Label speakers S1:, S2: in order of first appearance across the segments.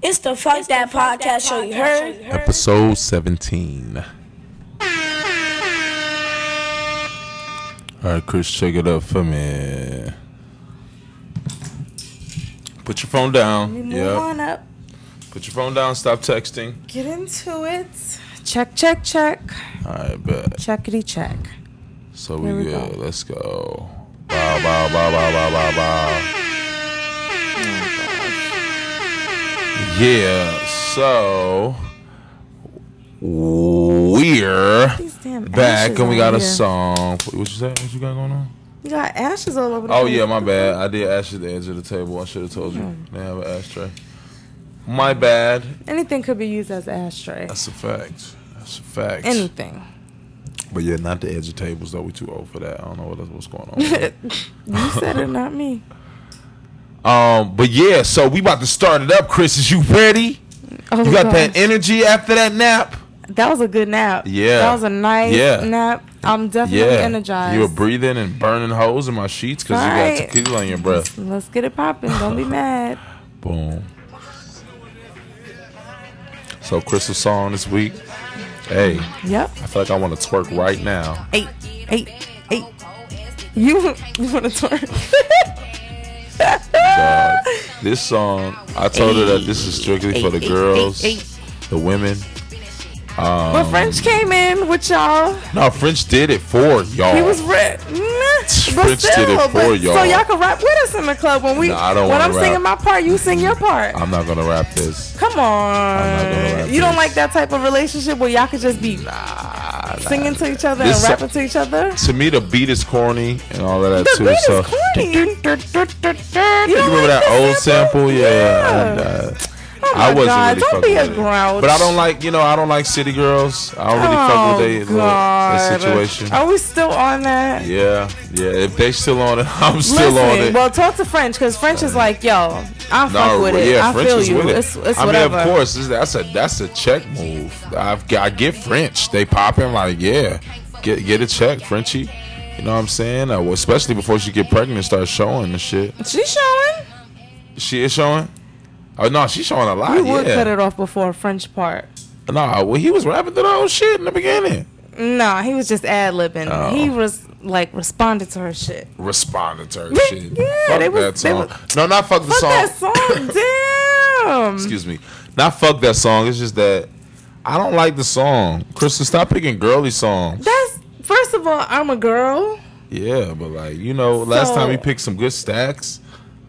S1: It's the Fuck That Podcast show, you heard?
S2: Episode 17. All right, Chris, check it up for me. Put your phone down.
S3: Move
S2: Yeah.
S3: on up.
S2: Put your phone down. Stop texting.
S3: Get into it. Check, check, check.
S2: All right, bet.
S3: Checkity check.
S2: So
S3: Here
S2: we
S3: we
S2: good.
S3: go.
S2: Let's go. Bow, bow, bow, bow, bow, bow, bow. Yeah. So we're
S3: These damn
S2: back
S3: ashes
S2: and we
S3: on
S2: got a
S3: here.
S2: song. What you say? What you got going on?
S3: You got ashes all over the
S2: Oh
S3: place.
S2: yeah, my bad. I did ash at the edge of the table. I should have told you. They have an ashtray. My bad.
S3: Anything could be used as ashtray.
S2: That's a fact. That's a fact.
S3: Anything.
S2: But yeah, not the edge of tables though. We too old for that. I don't know what what's going on.
S3: You said it, not me.
S2: um, but yeah, so we about to start it up. Chris, is you ready?
S3: Oh,
S2: You got
S3: gosh.
S2: that energy after that nap?
S3: That was a good nap.
S2: Yeah.
S3: That was a nice
S2: Yeah.
S3: nap. I'm
S2: Yeah.
S3: definitely energized.
S2: You were breathing and burning holes in my sheets because you
S3: Right.
S2: got tequila on your breath.
S3: Let's get it popping. Don't be mad.
S2: Boom. So Crystal song this week. Hey,
S3: Yep.
S2: I feel like I want to twerk right now.
S3: Eight, eight, eight. You, you want to twerk?
S2: God. This song, I told her that this is strictly for the girls, the women.
S3: Well, French came in with y'all.
S2: No, French did it for y'all.
S3: He was rap. Mm, but
S2: French did
S3: still,
S2: it for
S3: but-
S2: y'all.
S3: So y'all can rap with us in the club when we.
S2: Nah, I don't
S3: when
S2: wanna
S3: I'm singing my
S2: rap.
S3: part, you sing your part.
S2: I'm not gonna rap this.
S3: Come
S2: not gonna
S3: on.
S2: rap
S3: You don't
S2: this.
S3: like that type of relationship where y'all could just be singing to each other
S2: This
S3: and
S2: so-
S3: rapping to each other.
S2: To me, the beat is corny and all of that
S3: The
S2: too.
S3: beat
S2: so
S3: is corny. You
S2: you
S3: remember
S2: remember that old sample? Yeah. and, uh,
S3: Oh my
S2: I wasn't
S3: God,
S2: really
S3: don't
S2: fucking
S3: be a
S2: with it.
S3: grouch.
S2: But I don't like, you know, I don't like city girls. I don't really fuck with they,
S3: oh,
S2: little- their
S3: God.
S2: situation.
S3: Are we still on that?
S2: Yeah, yeah. If they still on it, I'm still
S3: Listen,
S2: on it.
S3: well, talk to French because French is like, yo, I fuck with it. I feel you. It's, it's
S2: I
S3: whatever.
S2: mean, of course, it's, that's a that's a check move. I've got, I get French. They popping like yeah, get get a check, Frenchie. You know what I'm saying? Uh, well, especially before she get pregnant, and start showing and shit.
S3: She showing.
S2: She is showing. Oh no, she's showing a lot.
S3: You
S2: yeah.
S3: would cut it off before French part.
S2: Nah, well he was rapping to the whole shit in the beginning.
S3: No, he was just ad libbing.
S2: Oh.
S3: He was like responded to her shit.
S2: Responded to her
S3: Yeah,
S2: shit.
S3: they
S2: fuck
S3: was-
S2: that
S3: they
S2: song.
S3: was-
S2: no, not fuck the
S3: Fuck
S2: song.
S3: that song, damn.
S2: excuse me, not fuck that song. It's just that I don't like the song. Kristen, stop picking girly songs.
S3: That's first of all, I'm a girl.
S2: Yeah, but like you know, last
S3: So-
S2: time you picked some good stacks.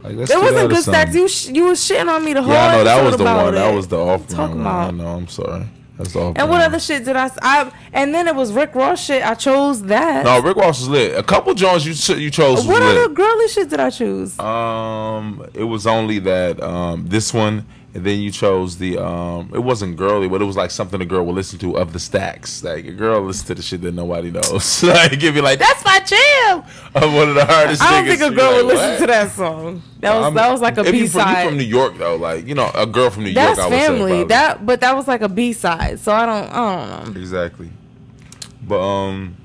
S2: Like let's
S3: It
S2: do that or
S3: wasn't good stacks.
S2: something.
S3: You sh- you was shitting on me the whole.
S2: Yeah, I know that
S3: episode
S2: was the
S3: about
S2: one.
S3: it.
S2: That was the off
S3: Talk
S2: brand one.
S3: about-
S2: I know. I'm sorry. That's the off.
S3: And what other shit did I, s- I- And then it was Rick Ross shit. I chose that.
S2: No, Rick Ross was lit. A couple joints you cho- you chose was
S3: what
S2: lit. Uh,
S3: other girly shit did I choose?
S2: Um, it was only that um this one, and then you chose the um. It wasn't girly, but it was like something a girl would listen to of the stacks. Like a girl listen to the shit that nobody knows. like give you like
S3: That's my jam.
S2: I'm one of the hardest.
S3: I don't
S2: niggas.
S3: think a
S2: You
S3: girl
S2: like,
S3: would listen
S2: what?
S3: to that song. That was
S2: I'm-
S3: that was like a
S2: if
S3: B
S2: you from, you
S3: side.
S2: from New York though, like you know, a girl from New
S3: That's
S2: York. I would Say,
S3: family.
S2: probably.
S3: that but that was like a B side. So I don't I don't know.
S2: exactly. But um,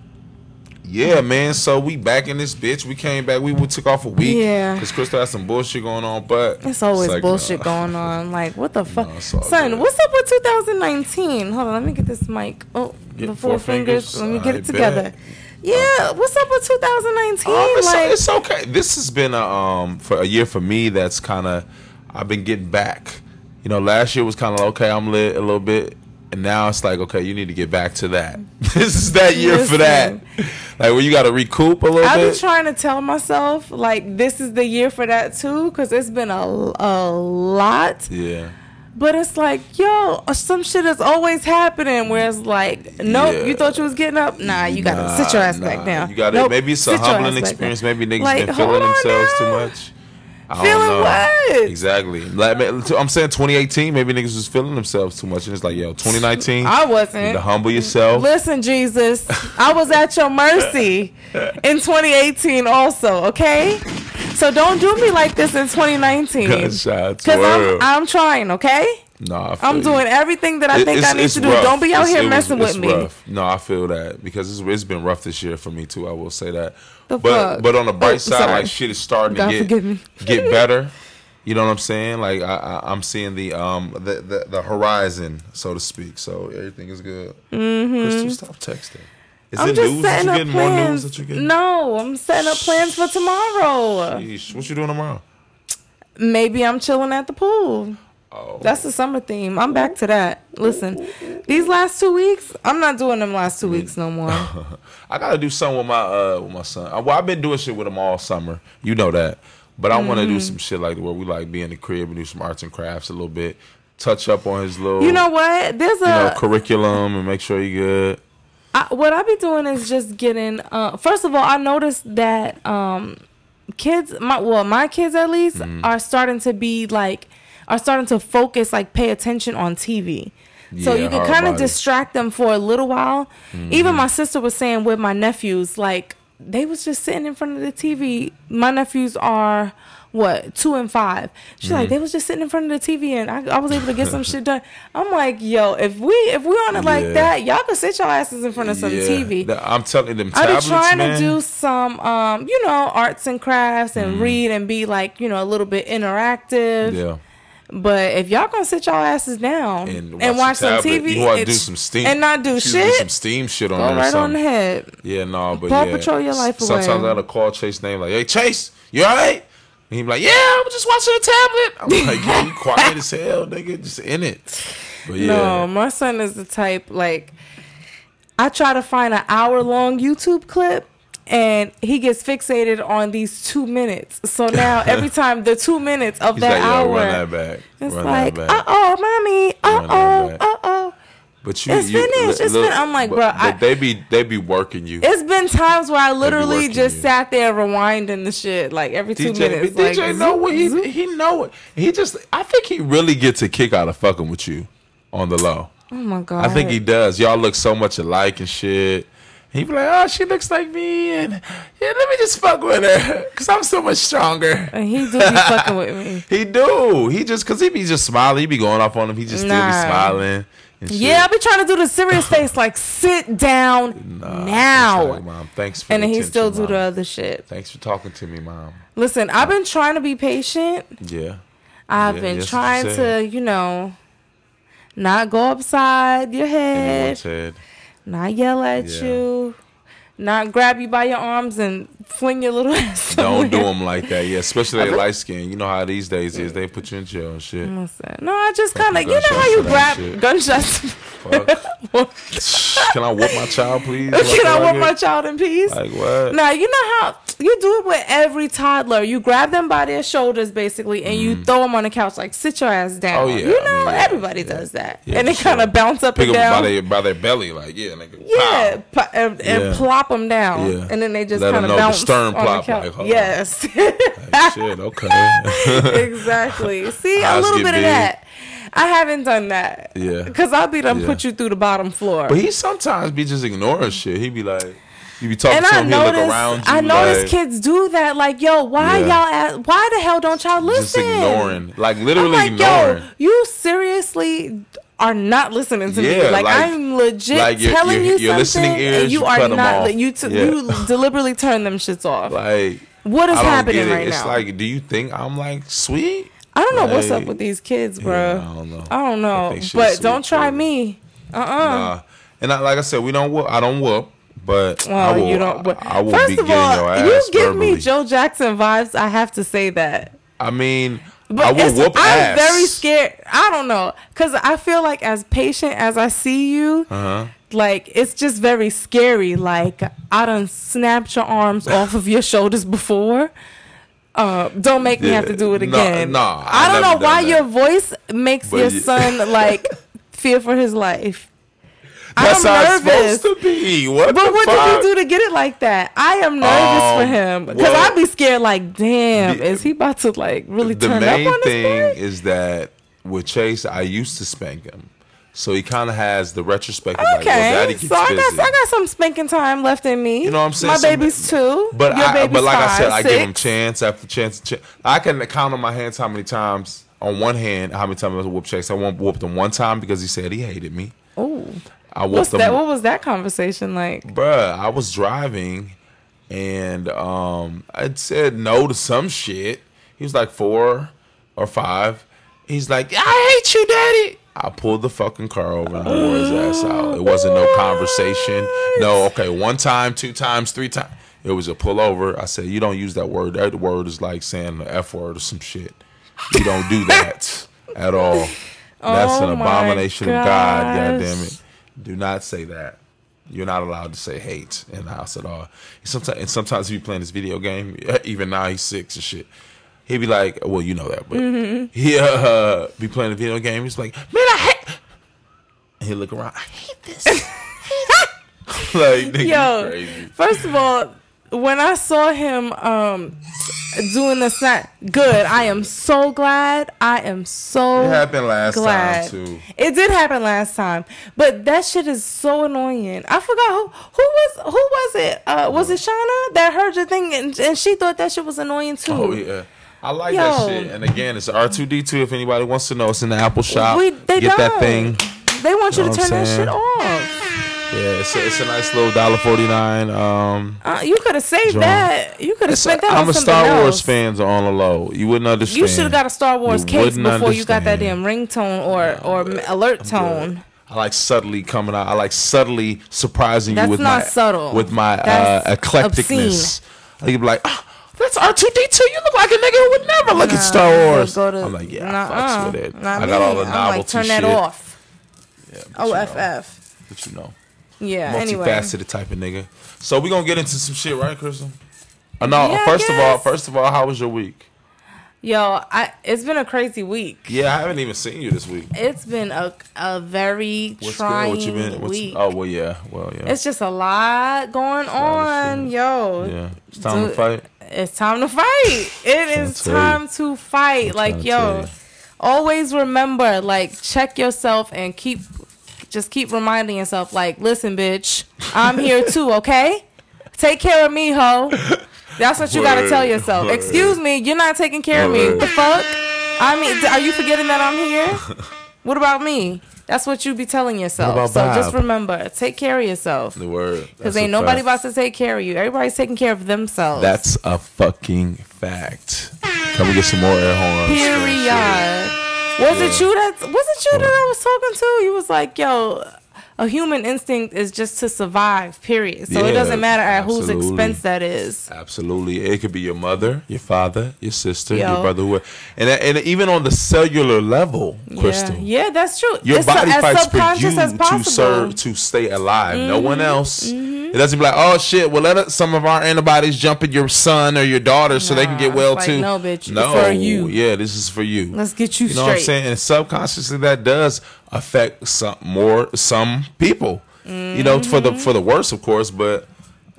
S2: yeah, man. So we back in this bitch. We came back. We, we took off a week.
S3: Yeah.
S2: because Crystal had some bullshit going on. But
S3: It's always
S2: like,
S3: bullshit
S2: nah.
S3: going on. Like what the fuck,
S2: it's all
S3: son?
S2: good.
S3: What's up with 2019? Hold on, let me get this mic. Oh,
S2: Get
S3: the four
S2: four fingers?
S3: fingers. Let me get
S2: I
S3: it together.
S2: bet. Uh,
S3: Yeah, what's up with 2019?
S2: Um, it's,
S3: Oh, like
S2: it's okay. This has been a um for a year for me that's kind of I've been getting back. You know, last year was kind of okay. I'm lit a little bit, and now it's like okay, you need to get back to that. this is that year for that. Like where you got to recoup a little
S3: I've been
S2: bit.
S3: trying to tell myself like this is the year for that too, because it's been a a lot.
S2: yeah.
S3: But it's like, yo, some shit is always happening where it's like, nope,
S2: Yeah.
S3: you thought you was getting up? Nah, you gotta
S2: Nah,
S3: sit your ass
S2: nah.
S3: back down.
S2: You got it.
S3: Nope,
S2: Maybe it's a
S3: sit your
S2: humbling
S3: ass back
S2: experience.
S3: down.
S2: Maybe niggas
S3: Like,
S2: been
S3: hold
S2: feeling
S3: on
S2: themselves too
S3: now.
S2: much. I don't
S3: Feeling
S2: know.
S3: what?
S2: Exactly. Like, man, I'm saying 2018. Maybe niggas was feeling themselves too much, and it's like, yo, 2019.
S3: I
S2: you need
S3: wasn't.
S2: to humble yourself.
S3: Listen, Jesus, I was at your mercy in 2018 also, okay? So don't do me like this in 2019. Because
S2: Gunshots.
S3: I'm,
S2: word.
S3: I'm trying, okay?
S2: uh, Nah, I feel
S3: I'm
S2: you.
S3: doing everything that I
S2: It-
S3: think I
S2: it's-
S3: need
S2: it's
S3: to do.
S2: rough.
S3: Don't be out
S2: It's-
S3: here
S2: it was-
S3: messing
S2: it's
S3: with me.
S2: rough. No, I feel that because it's, it's been rough this year for me too. I will say that.
S3: The
S2: but
S3: fuck?
S2: but on the
S3: Oh,
S2: bright
S3: I'm
S2: side,
S3: sorry.
S2: like shit is starting
S3: God
S2: to
S3: forgive me.
S2: get get better. You know what I'm saying? Like I, I I'm seeing the um the, the the horizon, so to speak. So everything is good. Crystal, stop texting. Is
S3: Mm-hmm. I'm
S2: it
S3: just
S2: news that
S3: setting
S2: you
S3: up
S2: getting more news
S3: plans.
S2: that you getting?
S3: No, I'm setting up plans for tomorrow.
S2: Yeesh. What you doing tomorrow?
S3: Maybe I'm chilling at the pool.
S2: Oh,
S3: That's the summer theme. I'm back to that. Listen, these last two weeks, I'm not doing them last two weeks no more.
S2: I gotta do something with my uh with my son. Uh, Well, I've been doing shit with him all summer. You know that. But I want to
S3: Mm-hmm.
S2: do some shit like where we like be in the crib and do some arts and crafts a little bit, touch up on his little
S3: You know what? There's
S2: you know,
S3: a
S2: curriculum and make sure he good.
S3: I, what I be doing is just getting. Uh, first of all, I noticed that um, kids, my well, my kids at least
S2: Mm-hmm.
S3: are starting to be like, are starting to focus, like pay attention on TV. So
S2: Yeah,
S3: you can
S2: hard
S3: kind of
S2: body.
S3: distract them for a little while.
S2: Mm-hmm.
S3: Even my sister was saying with my nephews, like they was just sitting in front of the TV. My nephews are what two and five. She's like
S2: Mm-hmm.
S3: they was just sitting in front of the TV, and I, I was able to get some shit done. I'm like, yo, if we if we on it like
S2: Yeah.
S3: that, y'all can sit your asses in front of some
S2: Yeah.
S3: TV.
S2: Th- I'm telling them
S3: I be
S2: tablets,
S3: trying
S2: man.
S3: to do some, um, you know, arts and crafts and read and be like, you know, a little bit
S2: Mm.
S3: interactive.
S2: yeah.
S3: But if y'all gonna sit y'all asses down
S2: And
S3: and,
S2: watch the
S3: watch some
S2: tablet.
S3: TV
S2: You wanna
S3: it's-
S2: do some steam.
S3: and not do
S2: She
S3: shit,
S2: some steam shit on
S3: go
S2: there or
S3: right on the
S2: something.
S3: head.
S2: Yeah, no, but
S3: Paw
S2: yeah.
S3: Patrol your life away.
S2: Sometimes I gotta call Chase name like, "Hey Chase, you all right?" And he be like, "Yeah, I'm just watching a tablet." I'm like, "Yeah, "You quiet as hell, nigga, just in it." But yeah,
S3: No, my son is the type like I try to find an hour long YouTube clip and he gets fixated on these two minutes. So now every time the two minutes of
S2: he's
S3: that
S2: like, "Yo,
S3: hour,
S2: run that back,
S3: it's
S2: run
S3: like,
S2: that
S3: uh
S2: back."
S3: oh, mommy,
S2: Run that
S3: uh oh,
S2: back.
S3: uh oh.
S2: but you,
S3: it's
S2: you,
S3: finished, it's
S2: look,
S3: fin- I'm like,
S2: but,
S3: bruh,
S2: but
S3: I-
S2: they be they be working you.
S3: It's been times where I literally
S2: working
S3: just
S2: you.
S3: sat there rewinding the shit like every two
S2: DJ,
S3: minutes.
S2: but DJ
S3: like, mm-hmm.
S2: know
S3: zoop,
S2: what he
S3: zoop.
S2: he know it. He just I think he really gets a kick out of fucking with you on the low.
S3: Oh my god!
S2: I think he does. Y'all look so much alike and shit. He be like, oh, she looks like me, and yeah, let me just fuck with her, cause I'm so much stronger.
S3: And he do be fucking with me.
S2: He do. He just cause he be just smiling. He be going off on him. He just still be
S3: Nah.
S2: smiling. And shit.
S3: Yeah, I be trying to do the serious face, like sit down
S2: Nah,
S3: now,
S2: it's like, mom, thanks for
S3: and then he
S2: attention,
S3: still do
S2: Mom.
S3: the other shit.
S2: Thanks for talking to me, mom.
S3: Listen, I've been trying to be patient.
S2: Yeah.
S3: I've
S2: Yeah,
S3: been
S2: that's what you
S3: trying to,
S2: said.
S3: you know, not go upside your
S2: Anyone
S3: head,
S2: said.
S3: not yell at
S2: Yeah.
S3: you, not grab you by your arms and fling your little ass.
S2: Don't do
S3: somewhere.
S2: them like that. Yeah, especially they light skin. You know how these days is. They put you in jail and shit.
S3: Listen, no, I just kind of, you know how
S2: gunshots
S3: you
S2: for that
S3: grab
S2: shit.
S3: gunshots.
S2: Fuck. Can I whoop my child, please?
S3: Can I want
S2: Like,
S3: my child in peace?
S2: Like what?
S3: Now you know how you do it with every toddler. You grab them by their shoulders basically, and you throw them on the couch like sit your ass down.
S2: Mm. Oh, yeah,
S3: you
S2: I
S3: know
S2: mean, yeah,
S3: everybody
S2: yeah.
S3: does that,
S2: Yeah,
S3: and they
S2: for
S3: kind
S2: sure.
S3: of bounce up
S2: Pick
S3: and
S2: them by
S3: down.
S2: their by their belly, like yeah, nigga.
S3: yeah,
S2: pow.
S3: po- and, and
S2: Yeah.
S3: plop them down,
S2: Yeah.
S3: and then they just
S2: Let 'em
S3: kind of
S2: know the
S3: bounce
S2: stern
S3: on
S2: plop,
S3: the couch.
S2: like, hold on.
S3: yes,
S2: Like, shit. Okay.
S3: exactly. See, a
S2: Eyes
S3: little
S2: get
S3: bit of
S2: big.
S3: that. I haven't done that.
S2: Yeah.
S3: because I'll be done
S2: Yeah.
S3: put you through the bottom floor.
S2: but he sometimes be just ignoring shit. He be like, you be talking
S3: and
S2: to
S3: I
S2: him, he look around
S3: noticed,
S2: you.
S3: I noticed
S2: like,
S3: kids do that. Like, yo, why
S2: Yeah.
S3: y'all? At, why the hell don't y'all listen?
S2: Just ignoring, like
S3: I'm
S2: literally
S3: like,
S2: ignoring.
S3: yo, you seriously are not listening to me.
S2: Yeah,
S3: Like,
S2: like-
S3: I'm legit
S2: like, your-
S3: telling
S2: your-
S3: you
S2: your listening
S3: something,
S2: ears,
S3: and you
S2: you
S3: are
S2: cut 'em
S3: not.
S2: off.
S3: You t-
S2: Yeah.
S3: you deliberately turn them shits off.
S2: like
S3: what is
S2: I don't
S3: happening
S2: get it.
S3: right
S2: it's
S3: now?
S2: like, do you think I'm like sweet?
S3: I don't know what's up
S2: like-
S3: with these kids, bro.
S2: I don't know.
S3: I don't
S2: I
S3: know,
S2: think shit
S3: but
S2: sweet,
S3: don't try
S2: too.
S3: me. Uh uh
S2: Nah. And I, like I said, we don't whoop. I don't whoop, but I
S3: Well,
S2: will.
S3: you don't. But
S2: I, I will
S3: first
S2: be
S3: of
S2: getting your
S3: all,
S2: ass
S3: you give
S2: verbally.
S3: me Joe Jackson vibes. I have to say that.
S2: I mean,
S3: But
S2: I will
S3: it's-
S2: whoop
S3: I'm
S2: ass.
S3: very scared. I don't know, cause I feel like as patient as I see you,
S2: Uh-huh.
S3: like it's just very scary. Like I done snapped your arms off of your shoulders before. Uh, don't make me have to do it
S2: Yeah, no,
S3: again.
S2: no, I
S3: I,
S2: never
S3: don't know why
S2: done that.
S3: your voice makes
S2: But
S3: your
S2: you-
S3: son like fear for his life.
S2: That's
S3: I'm
S2: how
S3: nervous.
S2: it's supposed to be. What
S3: But
S2: the
S3: what
S2: fuck?
S3: did you do to get it like that? I am nervous for
S2: Um,
S3: him because
S2: well,
S3: I'd be scared. Like, damn,
S2: the-
S3: is he about to like really
S2: the
S3: turn
S2: main
S3: up on
S2: thing
S3: this boy?
S2: is that with Chase, I used to spank him, so he kind of has the retrospective. Like, well,
S3: Okay,
S2: daddy gets
S3: so I
S2: busy.
S3: got I got some spanking time left in me.
S2: You know what I'm saying?
S3: My
S2: Some-
S3: baby's two,
S2: But
S3: your
S2: I,
S3: baby's
S2: but like I said,
S3: five,
S2: I give him
S3: six.
S2: chance after chance. Ch- I can count on my hands how many times on one hand how many times I whooped Chase. I won't whooped him one time because he said he hated me.
S3: Ooh,
S2: I whooped
S3: what's
S2: him.
S3: that? What was that conversation like?
S2: bruh, I was driving and um I said no to some shit. He was like four. or five. He's like, I hate you, daddy. I pulled the fucking car over and wore his ass out. It wasn't no conversation. No, okay, one time, two times, three times. It was a pullover. I said, You don't use that word. That word is like saying the F word or some shit. You don't do that at all. That's
S3: Oh
S2: an
S3: my
S2: abomination of God, God
S3: gosh.
S2: damn it. Do not say that. You're not allowed to say hate in the house at all. Sometimes, and sometimes if you playing this video game, even now he's six and shit. He'd be like, well, you know that, but
S3: Mm-hmm.
S2: he uh, be playing a video game. He's like, man, I hate. And he look around, I hate this. like, nigga, you
S3: Yo,
S2: crazy.
S3: first of all, when I saw him um doing the snap, good. I am so glad. I am so
S2: It happened last time
S3: glad.
S2: too.
S3: It did happen last time, but that shit is so annoying. I forgot who who was who was it? Uh, was it Shauna that heard the thing and, and she thought that shit was annoying too?
S2: Oh yeah. I like
S3: Yo.
S2: that shit. And again, it's R two D two. If anybody wants to know, it's in the Apple Shop.
S3: We they
S2: Get
S3: don't.
S2: that thing.
S3: They want you
S2: Know
S3: to
S2: what I'm
S3: turn that shit
S2: saying?
S3: off.
S2: Yeah, it's a, it's a nice little dollar forty nine. Um,
S3: Uh, you could have saved
S2: John.
S3: that. You could have
S2: it's
S3: spent
S2: a,
S3: that
S2: I'm
S3: on
S2: a
S3: something
S2: Star Wars
S3: else.
S2: fans are on the low. You wouldn't understand.
S3: You should have got a Star Wars
S2: You
S3: case
S2: wouldn't
S3: before you got that damn
S2: understand.
S3: ringtone or or m- alert tone.
S2: I like subtly coming out. I like subtly surprising
S3: That's
S2: you with
S3: not
S2: my
S3: subtle.
S2: with my
S3: That's
S2: uh, eclecticness.
S3: obscene.
S2: I could be like, "Ah, that's R two D two. You look like a nigga who would never look at Star
S3: Nah,
S2: Wars.
S3: go to-
S2: I'm like, yeah, I
S3: nuh-uh,
S2: fucks with it.
S3: not
S2: I got all
S3: me.
S2: the
S3: I'm
S2: novelty
S3: like, turn
S2: shit.
S3: that off.
S2: Yeah, but you know.
S3: OFF.
S2: but you know,
S3: Oh, Yeah. Anyway.
S2: multifaceted type of nigga. So we gonna get into some shit, right, Crystal? Uh, no,
S3: Yeah, I
S2: first of all,
S3: guess.
S2: first of all, how was your week?
S3: Yo, I it's been a crazy week.
S2: Yeah, I haven't even seen you this week.
S3: It's been a a very
S2: What's
S3: trying
S2: good? What you been? What's,
S3: week.
S2: oh well, yeah, well yeah.
S3: It's just a lot going
S2: lot of
S3: on,
S2: shit.
S3: yo.
S2: yeah, it's time to
S3: Dude,
S2: fight.
S3: It's time to fight. It
S2: trying
S3: is
S2: to tell you.
S3: time to fight.
S2: trying
S3: like
S2: to tell
S3: yo,
S2: you.
S3: always remember, like check yourself and keep just keep reminding yourself, like, listen, bitch, I'm here too, okay? Take care of me, ho. That's what you gotta
S2: Word,
S3: tell yourself.
S2: word.
S3: Excuse me, you're not taking care of me.
S2: Word.
S3: The fuck? I mean, d- are you forgetting that I'm here? What about me? That's what you be telling yourself.
S2: about
S3: so just
S2: Bob?
S3: remember, take care of yourself.
S2: The word
S3: Because
S2: That's
S3: ain't
S2: a
S3: nobody
S2: fact. Oh,
S3: about to take care of you. Everybody's taking care of themselves.
S2: That's a fucking fact. Can we get some more air horns?
S3: Period. Was it you that was it you that I was talking to? You was like, yo, a human instinct is just to survive, period. So it
S2: Yeah,
S3: doesn't matter at whose
S2: absolutely.
S3: expense that is.
S2: Absolutely, it could be your mother, your father, your sister,
S3: Yo.
S2: your brother, whoever, and and even on the cellular level, Crystal.
S3: Yeah, yeah, that's true.
S2: Your
S3: It's su-
S2: body
S3: as
S2: fights for you
S3: subconscious as
S2: to
S3: possible. Mm-hmm.
S2: serve to stay alive. No one else. It doesn't be like, oh shit. Well, let us, some of our antibodies jump in your son or your daughter so they can
S3: Nah,
S2: get well
S3: like,
S2: too.
S3: no, bitch, for you.
S2: Yeah, this is for you.
S3: Let's get you
S2: You know what I'm
S3: straight.
S2: saying? And subconsciously, that does affect some more some people. You know, for
S3: Mm-hmm.
S2: the for the worse, of course. But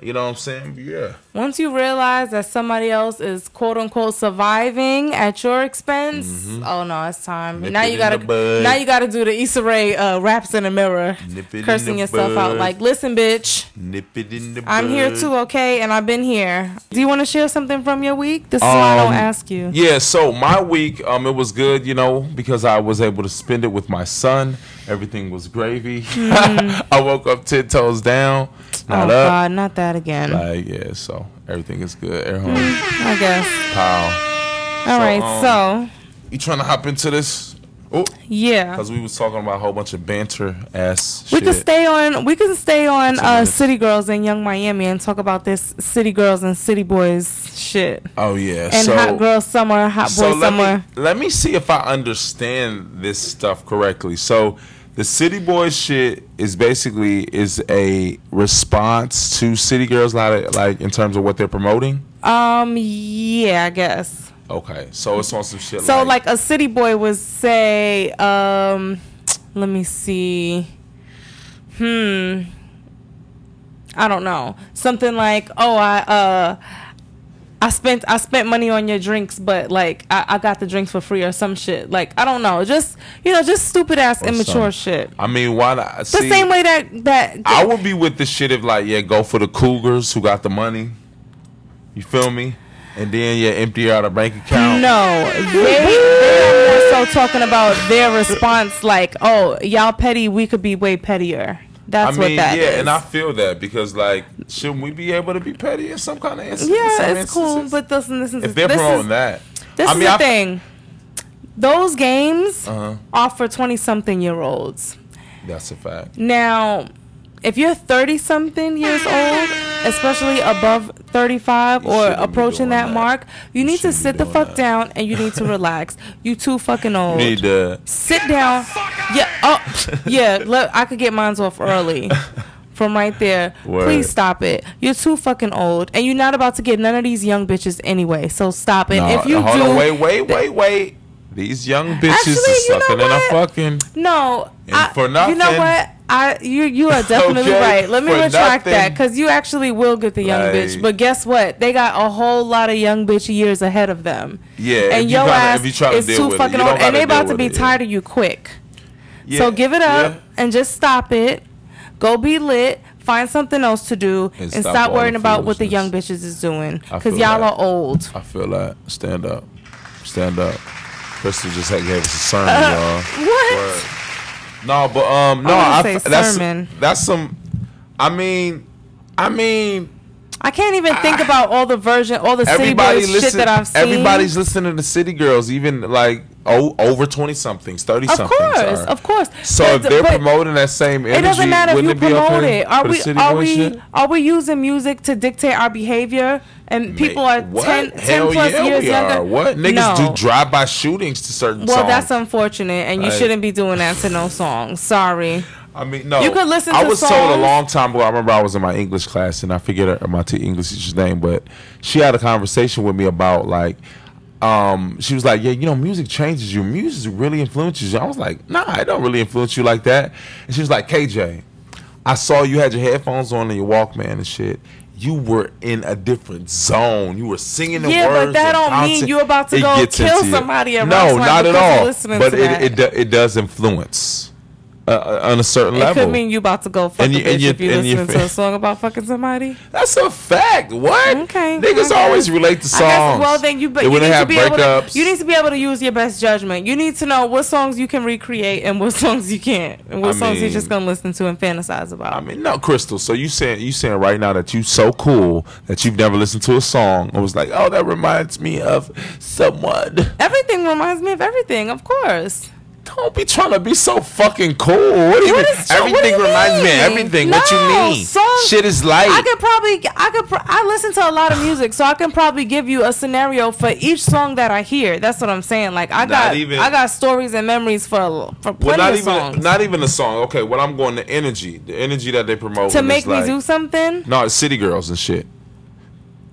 S2: you know what I'm saying? Yeah.
S3: Once you realize that somebody else is quote unquote surviving at your expense, oh no, it's time.
S2: Mm-hmm. Nip
S3: now
S2: it
S3: you
S2: in
S3: gotta
S2: the bud.
S3: now you gotta do the Issa Rae uh, raps in the mirror,
S2: Nip it in
S3: cursing
S2: the
S3: yourself out
S2: bud.
S3: like, listen, bitch.
S2: Nip it in the.
S3: I'm here
S2: bud.
S3: too, okay? And I've been here. Do you want to share something from your week? This is why I
S2: Um,
S3: don't ask you.
S2: Yeah, so my week, um, it was good, you know, because I was able to spend it with my son. Everything was gravy. I woke up ten toes down,
S3: oh,
S2: not up.
S3: God, not that again.
S2: Like yeah, so everything is good. Air horn,
S3: I guess.
S2: pow.
S3: All right,
S2: um, You trying to hop into this? Oh,
S3: so, yeah.
S2: because we was talking about a whole bunch of banter ass.
S3: We
S2: shit.
S3: can stay on. We can stay on
S2: another-
S3: uh, City Girls and Young Miami and talk about this City Girls and City Boys shit
S2: Oh yeah,
S3: and
S2: so,
S3: Hot Girl Summer, Hot Boy
S2: let
S3: Summer.
S2: Me, let me see if I understand this stuff correctly. So the City Boys shit is basically is a response to City Girls like like in terms of what they're promoting.
S3: Um, yeah, I guess.
S2: Okay. So it's on some shit
S3: So like a city boy would say, um, let me see. Hmm. I don't know. Something like, oh, I uh I spent I spent money on your drinks, but like I, I got the drinks for free or some shit. Like I don't know. Just you know, just stupid ass
S2: some-
S3: immature shit.
S2: I mean, why not?
S3: The
S2: See,
S3: same way that that
S2: I would be with the shit if like yeah, go for the Cougars who got the money. You feel me? And then yeah, empty out a bank account.
S3: No, they, they are more so talking about their response, like, "Oh, y'all petty, we could be way pettier."
S2: I
S3: That's
S2: mean,
S3: what that
S2: yeah,
S3: is.
S2: and I feel that because like, shouldn't we be able to be petty in some kind of instance?
S3: yeah,
S2: some
S3: it's cool,
S2: instances?
S3: but this and this is
S2: if they're
S3: this
S2: promoting
S3: is,
S2: that,
S3: This
S2: I
S3: is
S2: mean,
S3: the
S2: I-
S3: thing. Those games
S2: Uh-huh.
S3: are for 20 something year olds.
S2: That's a fact.
S3: Now, if you're 30 something years old, especially above 35
S2: You
S3: or
S2: shouldn't be
S3: approaching
S2: doing
S3: that,
S2: that.
S3: mark, you,
S2: You
S3: need
S2: shouldn't
S3: to
S2: be
S3: sit the
S2: doing
S3: fuck
S2: that.
S3: down and you need to relax. You too fucking old.
S2: Need to.
S3: sit down. Yeah. Oh, yeah. Look, I could get mine off early. From right there.
S2: Word.
S3: Please stop it. You're too fucking old, and you're not about to get none of these young bitches anyway. So stop it.
S2: Nah,
S3: if you
S2: hold
S3: do,
S2: on, wait, wait, wait, wait. These young bitches
S3: Actually,
S2: are
S3: you know
S2: sucking and a
S3: what?
S2: fucking.
S3: no,
S2: And
S3: I-
S2: for
S3: You know
S2: nothing.
S3: what? I you you are definitely
S2: Okay,
S3: right. Let me
S2: for
S3: retract that
S2: nothing.
S3: because you actually will get the young bitch.
S2: Like-
S3: But guess what? They got a whole lot of young bitch years ahead of them.
S2: Yeah, if
S3: and
S2: you
S3: your
S2: kinda-
S3: ass
S2: if you try to
S3: is
S2: deal
S3: too
S2: with it,
S3: fucking
S2: you don't
S3: old, and
S2: gotta
S3: they about
S2: deal
S3: to
S2: with
S3: be
S2: it, yeah.
S3: tired of you quick.
S2: Yeah,
S3: So give it up
S2: yeah.
S3: and just stop it. Go be lit. Find something else to do and,
S2: And
S3: stop,
S2: stop all
S3: worrying
S2: the
S3: about what the young
S2: foolishness.
S3: bitches is doing
S2: I
S3: because
S2: feel
S3: y'all
S2: that.
S3: are old.
S2: I feel that. Stand up. Stand up. Crystal just had- gave us a sermon, y'all.
S3: Uh, What?
S2: Word. No, but um, no,
S3: I
S2: I,
S3: wouldn't
S2: f-
S3: say
S2: that's
S3: sermon.
S2: that's some. I mean, I mean,
S3: I can't even think about all the version, all the city
S2: Ah. everybody
S3: boys
S2: listen.
S3: shit that I've seen.
S2: Everybody's listening to City Girls, even like oh, over twenty somethings, thirty
S3: of
S2: somethings.
S3: course, of course.
S2: So
S3: But-
S2: if they're
S3: but
S2: promoting that same energy,
S3: It doesn't matter if
S2: wouldn't
S3: you
S2: it be
S3: promote
S2: okay
S3: it. Are
S2: for the
S3: we
S2: City
S3: are
S2: Girls
S3: we
S2: shit?
S3: are we using music to dictate our behavior? And people are
S2: Mate, what?
S3: 10, 10
S2: Hell
S3: plus
S2: yeah,
S3: years
S2: we
S3: younger.
S2: Are. What niggas
S3: No.
S2: do drive-by shootings to certain
S3: Well,
S2: songs.
S3: that's unfortunate, and you
S2: Like-
S3: shouldn't be doing that to no song. Sorry.
S2: I mean, no.
S3: You could listen
S2: I
S3: to
S2: was told
S3: songs.
S2: a long time ago. I remember I was in my English class, and I forget her, my t- English teacher's name, but she had a conversation with me about like, um, she was like, "Yeah, you know, music changes you. Music really influences you." I was like, "Nah, it don't really influence you like that." And she was like, "KJ, I saw you had your headphones on and your Walkman and shit." You were in a different zone. You were singing the
S3: Yeah, but
S2: words. and
S3: that don't mean
S2: bouncing.
S3: you about to
S2: It
S3: go
S2: gets
S3: kill
S2: into you.
S3: somebody at
S2: No,
S3: Rock's Line
S2: not at
S3: because you're
S2: all.
S3: listening
S2: But
S3: to
S2: it,
S3: that.
S2: it, do, it does influence uh, uh, on a certain
S3: It
S2: level.
S3: could mean you about to go fuck
S2: And
S3: a
S2: you-
S3: bitch
S2: and you-
S3: if you
S2: and you
S3: listen to a
S2: fin-
S3: song about fucking somebody.
S2: That's a fact. What?
S3: Okay,
S2: Niggas
S3: okay.
S2: always relate to
S3: I
S2: songs.
S3: guess, well, then you, but
S2: They
S3: you need
S2: wouldn't
S3: to
S2: have
S3: be able to,
S2: breakups.
S3: you need to be able to use your best judgment. You need to know what songs you can recreate and what songs you can't, and what
S2: I
S3: songs you're
S2: mean-
S3: just gonna listen to and fantasize about.
S2: I mean, no, Crystal. So you saying you saying right now that you so cool that you've never listened to a song and was like, oh, that reminds me of someone.
S3: everything reminds me of everything, of course.
S2: Don't be trying to be so fucking cool. What do you
S3: What
S2: mean?
S3: is- what do
S2: Everything
S3: you
S2: reminds me of
S3: mean?
S2: everything. what you
S3: No,
S2: mean?
S3: song-
S2: Shit is light.
S3: I could probably, I could, pr- I listen to a lot of music, so I can probably give you a scenario for each song that I hear. That's what I'm saying. Like I got,
S2: even-
S3: I got stories and memories for for plenty
S2: well, not
S3: of
S2: even
S3: songs
S2: not even a song. Okay, what I'm going to energy, the energy that they promote
S3: to make me
S2: like,
S3: do something.
S2: No, it's City Girls and shit.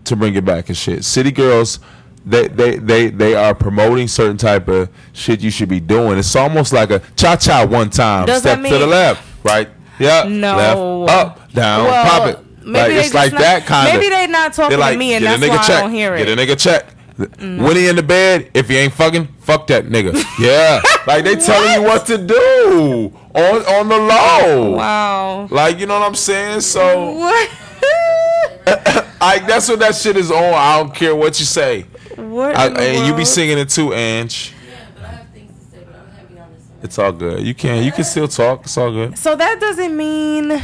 S2: To bring it back and shit. City Girls, they they they they are promoting certain type of shit you should be doing. It's almost like a cha cha one time.
S3: Does
S2: Step
S3: that
S2: to the
S3: mean-
S2: left, right? Yeah.
S3: No.
S2: Left, up, down,
S3: Well,
S2: pop it. like
S3: they
S2: it's
S3: just
S2: like
S3: not-
S2: that kind of.
S3: Maybe they not talking
S2: They're like,
S3: to me, and
S2: get
S3: that's
S2: a nigga
S3: why
S2: check.
S3: I don't hear it. Mm.
S2: Get a nigga check. When he in the bed, if he ain't fucking, fuck that nigga. Yeah, like they telling you what to do on on the low.
S3: Wow.
S2: Like you know what I'm saying? So
S3: What?
S2: like that's what that shit is on. I don't care what you say.
S3: what?
S2: I,
S3: in the
S2: and you be
S3: world?
S2: singing it too, Ange.
S4: Yeah, but I have things to say, but I'm heavy on this one.
S2: It's all good. You can you can still talk. It's all good.
S3: So that doesn't mean.
S4: No,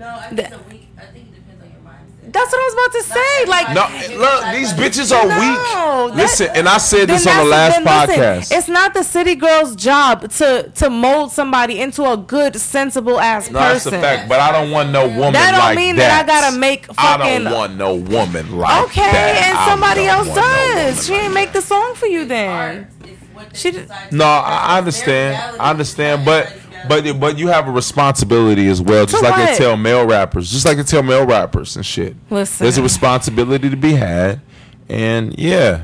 S4: I think it's a week. I think it depends on your mindset.
S3: That's what I was about to say. Like.
S2: No, look, these bitches are
S3: No,
S2: weak.
S3: that-
S2: Listen, and I said
S3: then
S2: this on the
S3: that's-
S2: last
S3: then
S2: podcast.
S3: listen, it's not the city girl's job to to mold somebody into a good, sensible ass
S2: no, that's a
S3: person.
S2: fact. But I don't want no woman
S3: That don't
S2: like
S3: mean that
S2: that.
S3: I gotta make
S2: I
S3: fucking-
S2: don't want no woman like
S3: okay,
S2: that.
S3: and
S2: I
S3: somebody
S2: don't
S3: else
S2: want no woman
S3: does. she
S2: like
S3: ain't make the song for you then. She
S4: She
S3: did-
S2: No, I I understand. I understand, but but but you have a responsibility as well, just
S3: To
S2: like
S3: what?
S2: they tell male rappers, just like they tell male rappers and shit.
S3: Listen.
S2: there's a responsibility to be had, and yeah.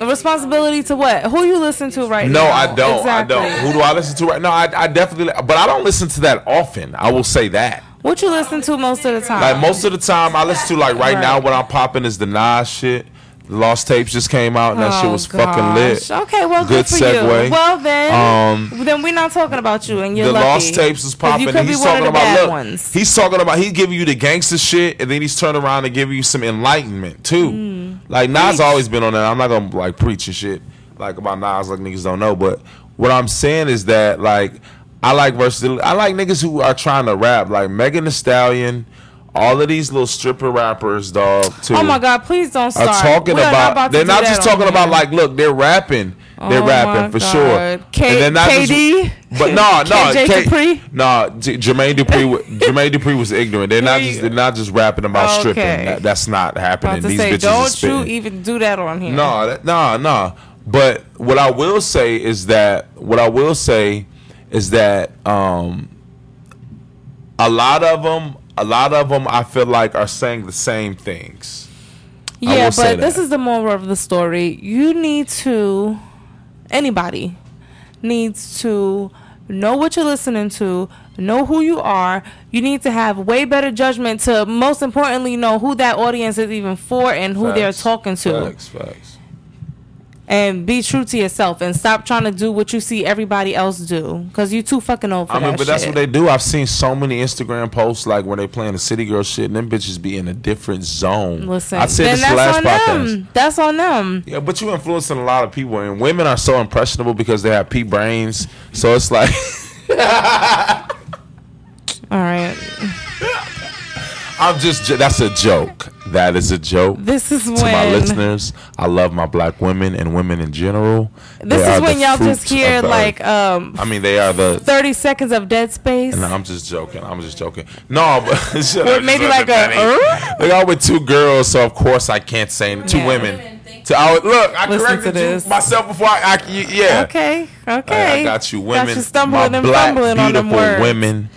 S3: A responsibility to what? Who you listen to right
S2: No,
S3: now?
S2: I don't.
S3: Exactly.
S2: I don't. Who do I listen to right now? I, I definitely, but I don't listen to that often. I will say that.
S3: What you listen to most of the time?
S2: Like most of the time, I listen to like right,
S3: Oh. Right.
S2: now what I'm popping is the Nas shit. The Lost Tapes just came out and that shit
S3: Oh,
S2: was fucking lit.
S3: gosh. Okay, well,
S2: Good
S3: good, for you.
S2: segue.
S3: Well, then,
S2: Um,
S3: then we're not talking about you, and you're
S2: the
S3: lucky.
S2: lost tapes is
S3: 'Cause
S2: popping.
S3: You
S2: and
S3: could be
S2: he's
S3: one of
S2: talking
S3: the
S2: about
S3: bad
S2: look.
S3: ones.
S2: He's talking about he give you the gangster shit, and then he's turned around and give you some enlightenment too.
S3: Mm.
S2: Like Nas always been on that. I'm not gonna like preach and shit like about Nas like niggas don't know. But what I'm saying is that like I like versatility. I like niggas who are trying to rap like Megan Thee Stallion. All of these little stripper rappers, dog. Too
S3: oh my God! Please don't start.
S2: are talking
S3: We are
S2: about,
S3: not to
S2: they're
S3: do
S2: not
S3: that
S2: just
S3: on
S2: talking
S3: here.
S2: about like look they're rapping They're
S3: Oh my
S2: rapping for sure.
S3: God. K- KD?
S2: Just, but no, no,
S3: KJ Capri?
S2: no. J- Jermaine Dupri, wa- Jermaine Dupri was ignorant. They're not
S3: Here you
S2: just
S3: go.
S2: they're not just rapping about
S3: Okay.
S2: stripping. That, that's not
S3: About
S2: happening.
S3: to
S2: These
S3: say,
S2: bitches are
S3: don't
S2: spitting.
S3: you even do that on here?
S2: No, that, no, no. But what I will say is that what I will say is that um, a lot of them, a lot of them, I feel like are saying the same things. I
S3: Yeah,
S2: will say
S3: but this
S2: that.
S3: is the moral of the story. You need to, anybody needs to know what you're listening to, know who you are. You need to have way better judgment to, most importantly, know who that audience is even for and who they're
S2: Facts.
S3: talking to.
S2: Facts, facts.
S3: And be true to yourself and stop trying to do what you see everybody else do because you too fucking old for
S2: I mean,
S3: that
S2: but that's
S3: shit.
S2: what they do. I've seen so many Instagram posts like when they playing the city girl shit, and them bitches be in a different zone.
S3: Listen,
S2: I said
S3: then
S2: this
S3: that's
S2: last
S3: on
S2: podcast.
S3: them. That's on them.
S2: Yeah, but you influencing a lot of people, and women are so impressionable because they have pea brains. So it's like.
S3: All right.
S2: I'm just. jo- That's a joke. That is a joke.
S3: This is
S2: to my
S3: when-
S2: listeners, I love my black women and women in general. They
S3: This is
S2: are
S3: when
S2: the
S3: y'all
S2: fruit
S3: just hear
S2: of the
S3: like
S2: earth.
S3: um
S2: I mean, they are the.
S3: 30 seconds of dead space.
S2: No, I'm just joking. I'm just joking. No, but shut up,
S3: maybe
S2: shut
S3: like
S2: up,
S3: a,
S2: Manny.
S3: "Uh?"
S2: They are with two girls, so of course I can't say two
S3: Yeah.
S2: women.
S4: Women, thank
S2: To I would- look, I
S3: Listen to
S2: corrected you
S3: this.
S2: myself before I. I you- yeah.
S3: Okay, okay.
S2: I, I got you, women.
S3: Got you stumbling
S2: my
S3: and
S2: black,
S3: fumbling on them
S2: beautiful
S3: words.
S2: women.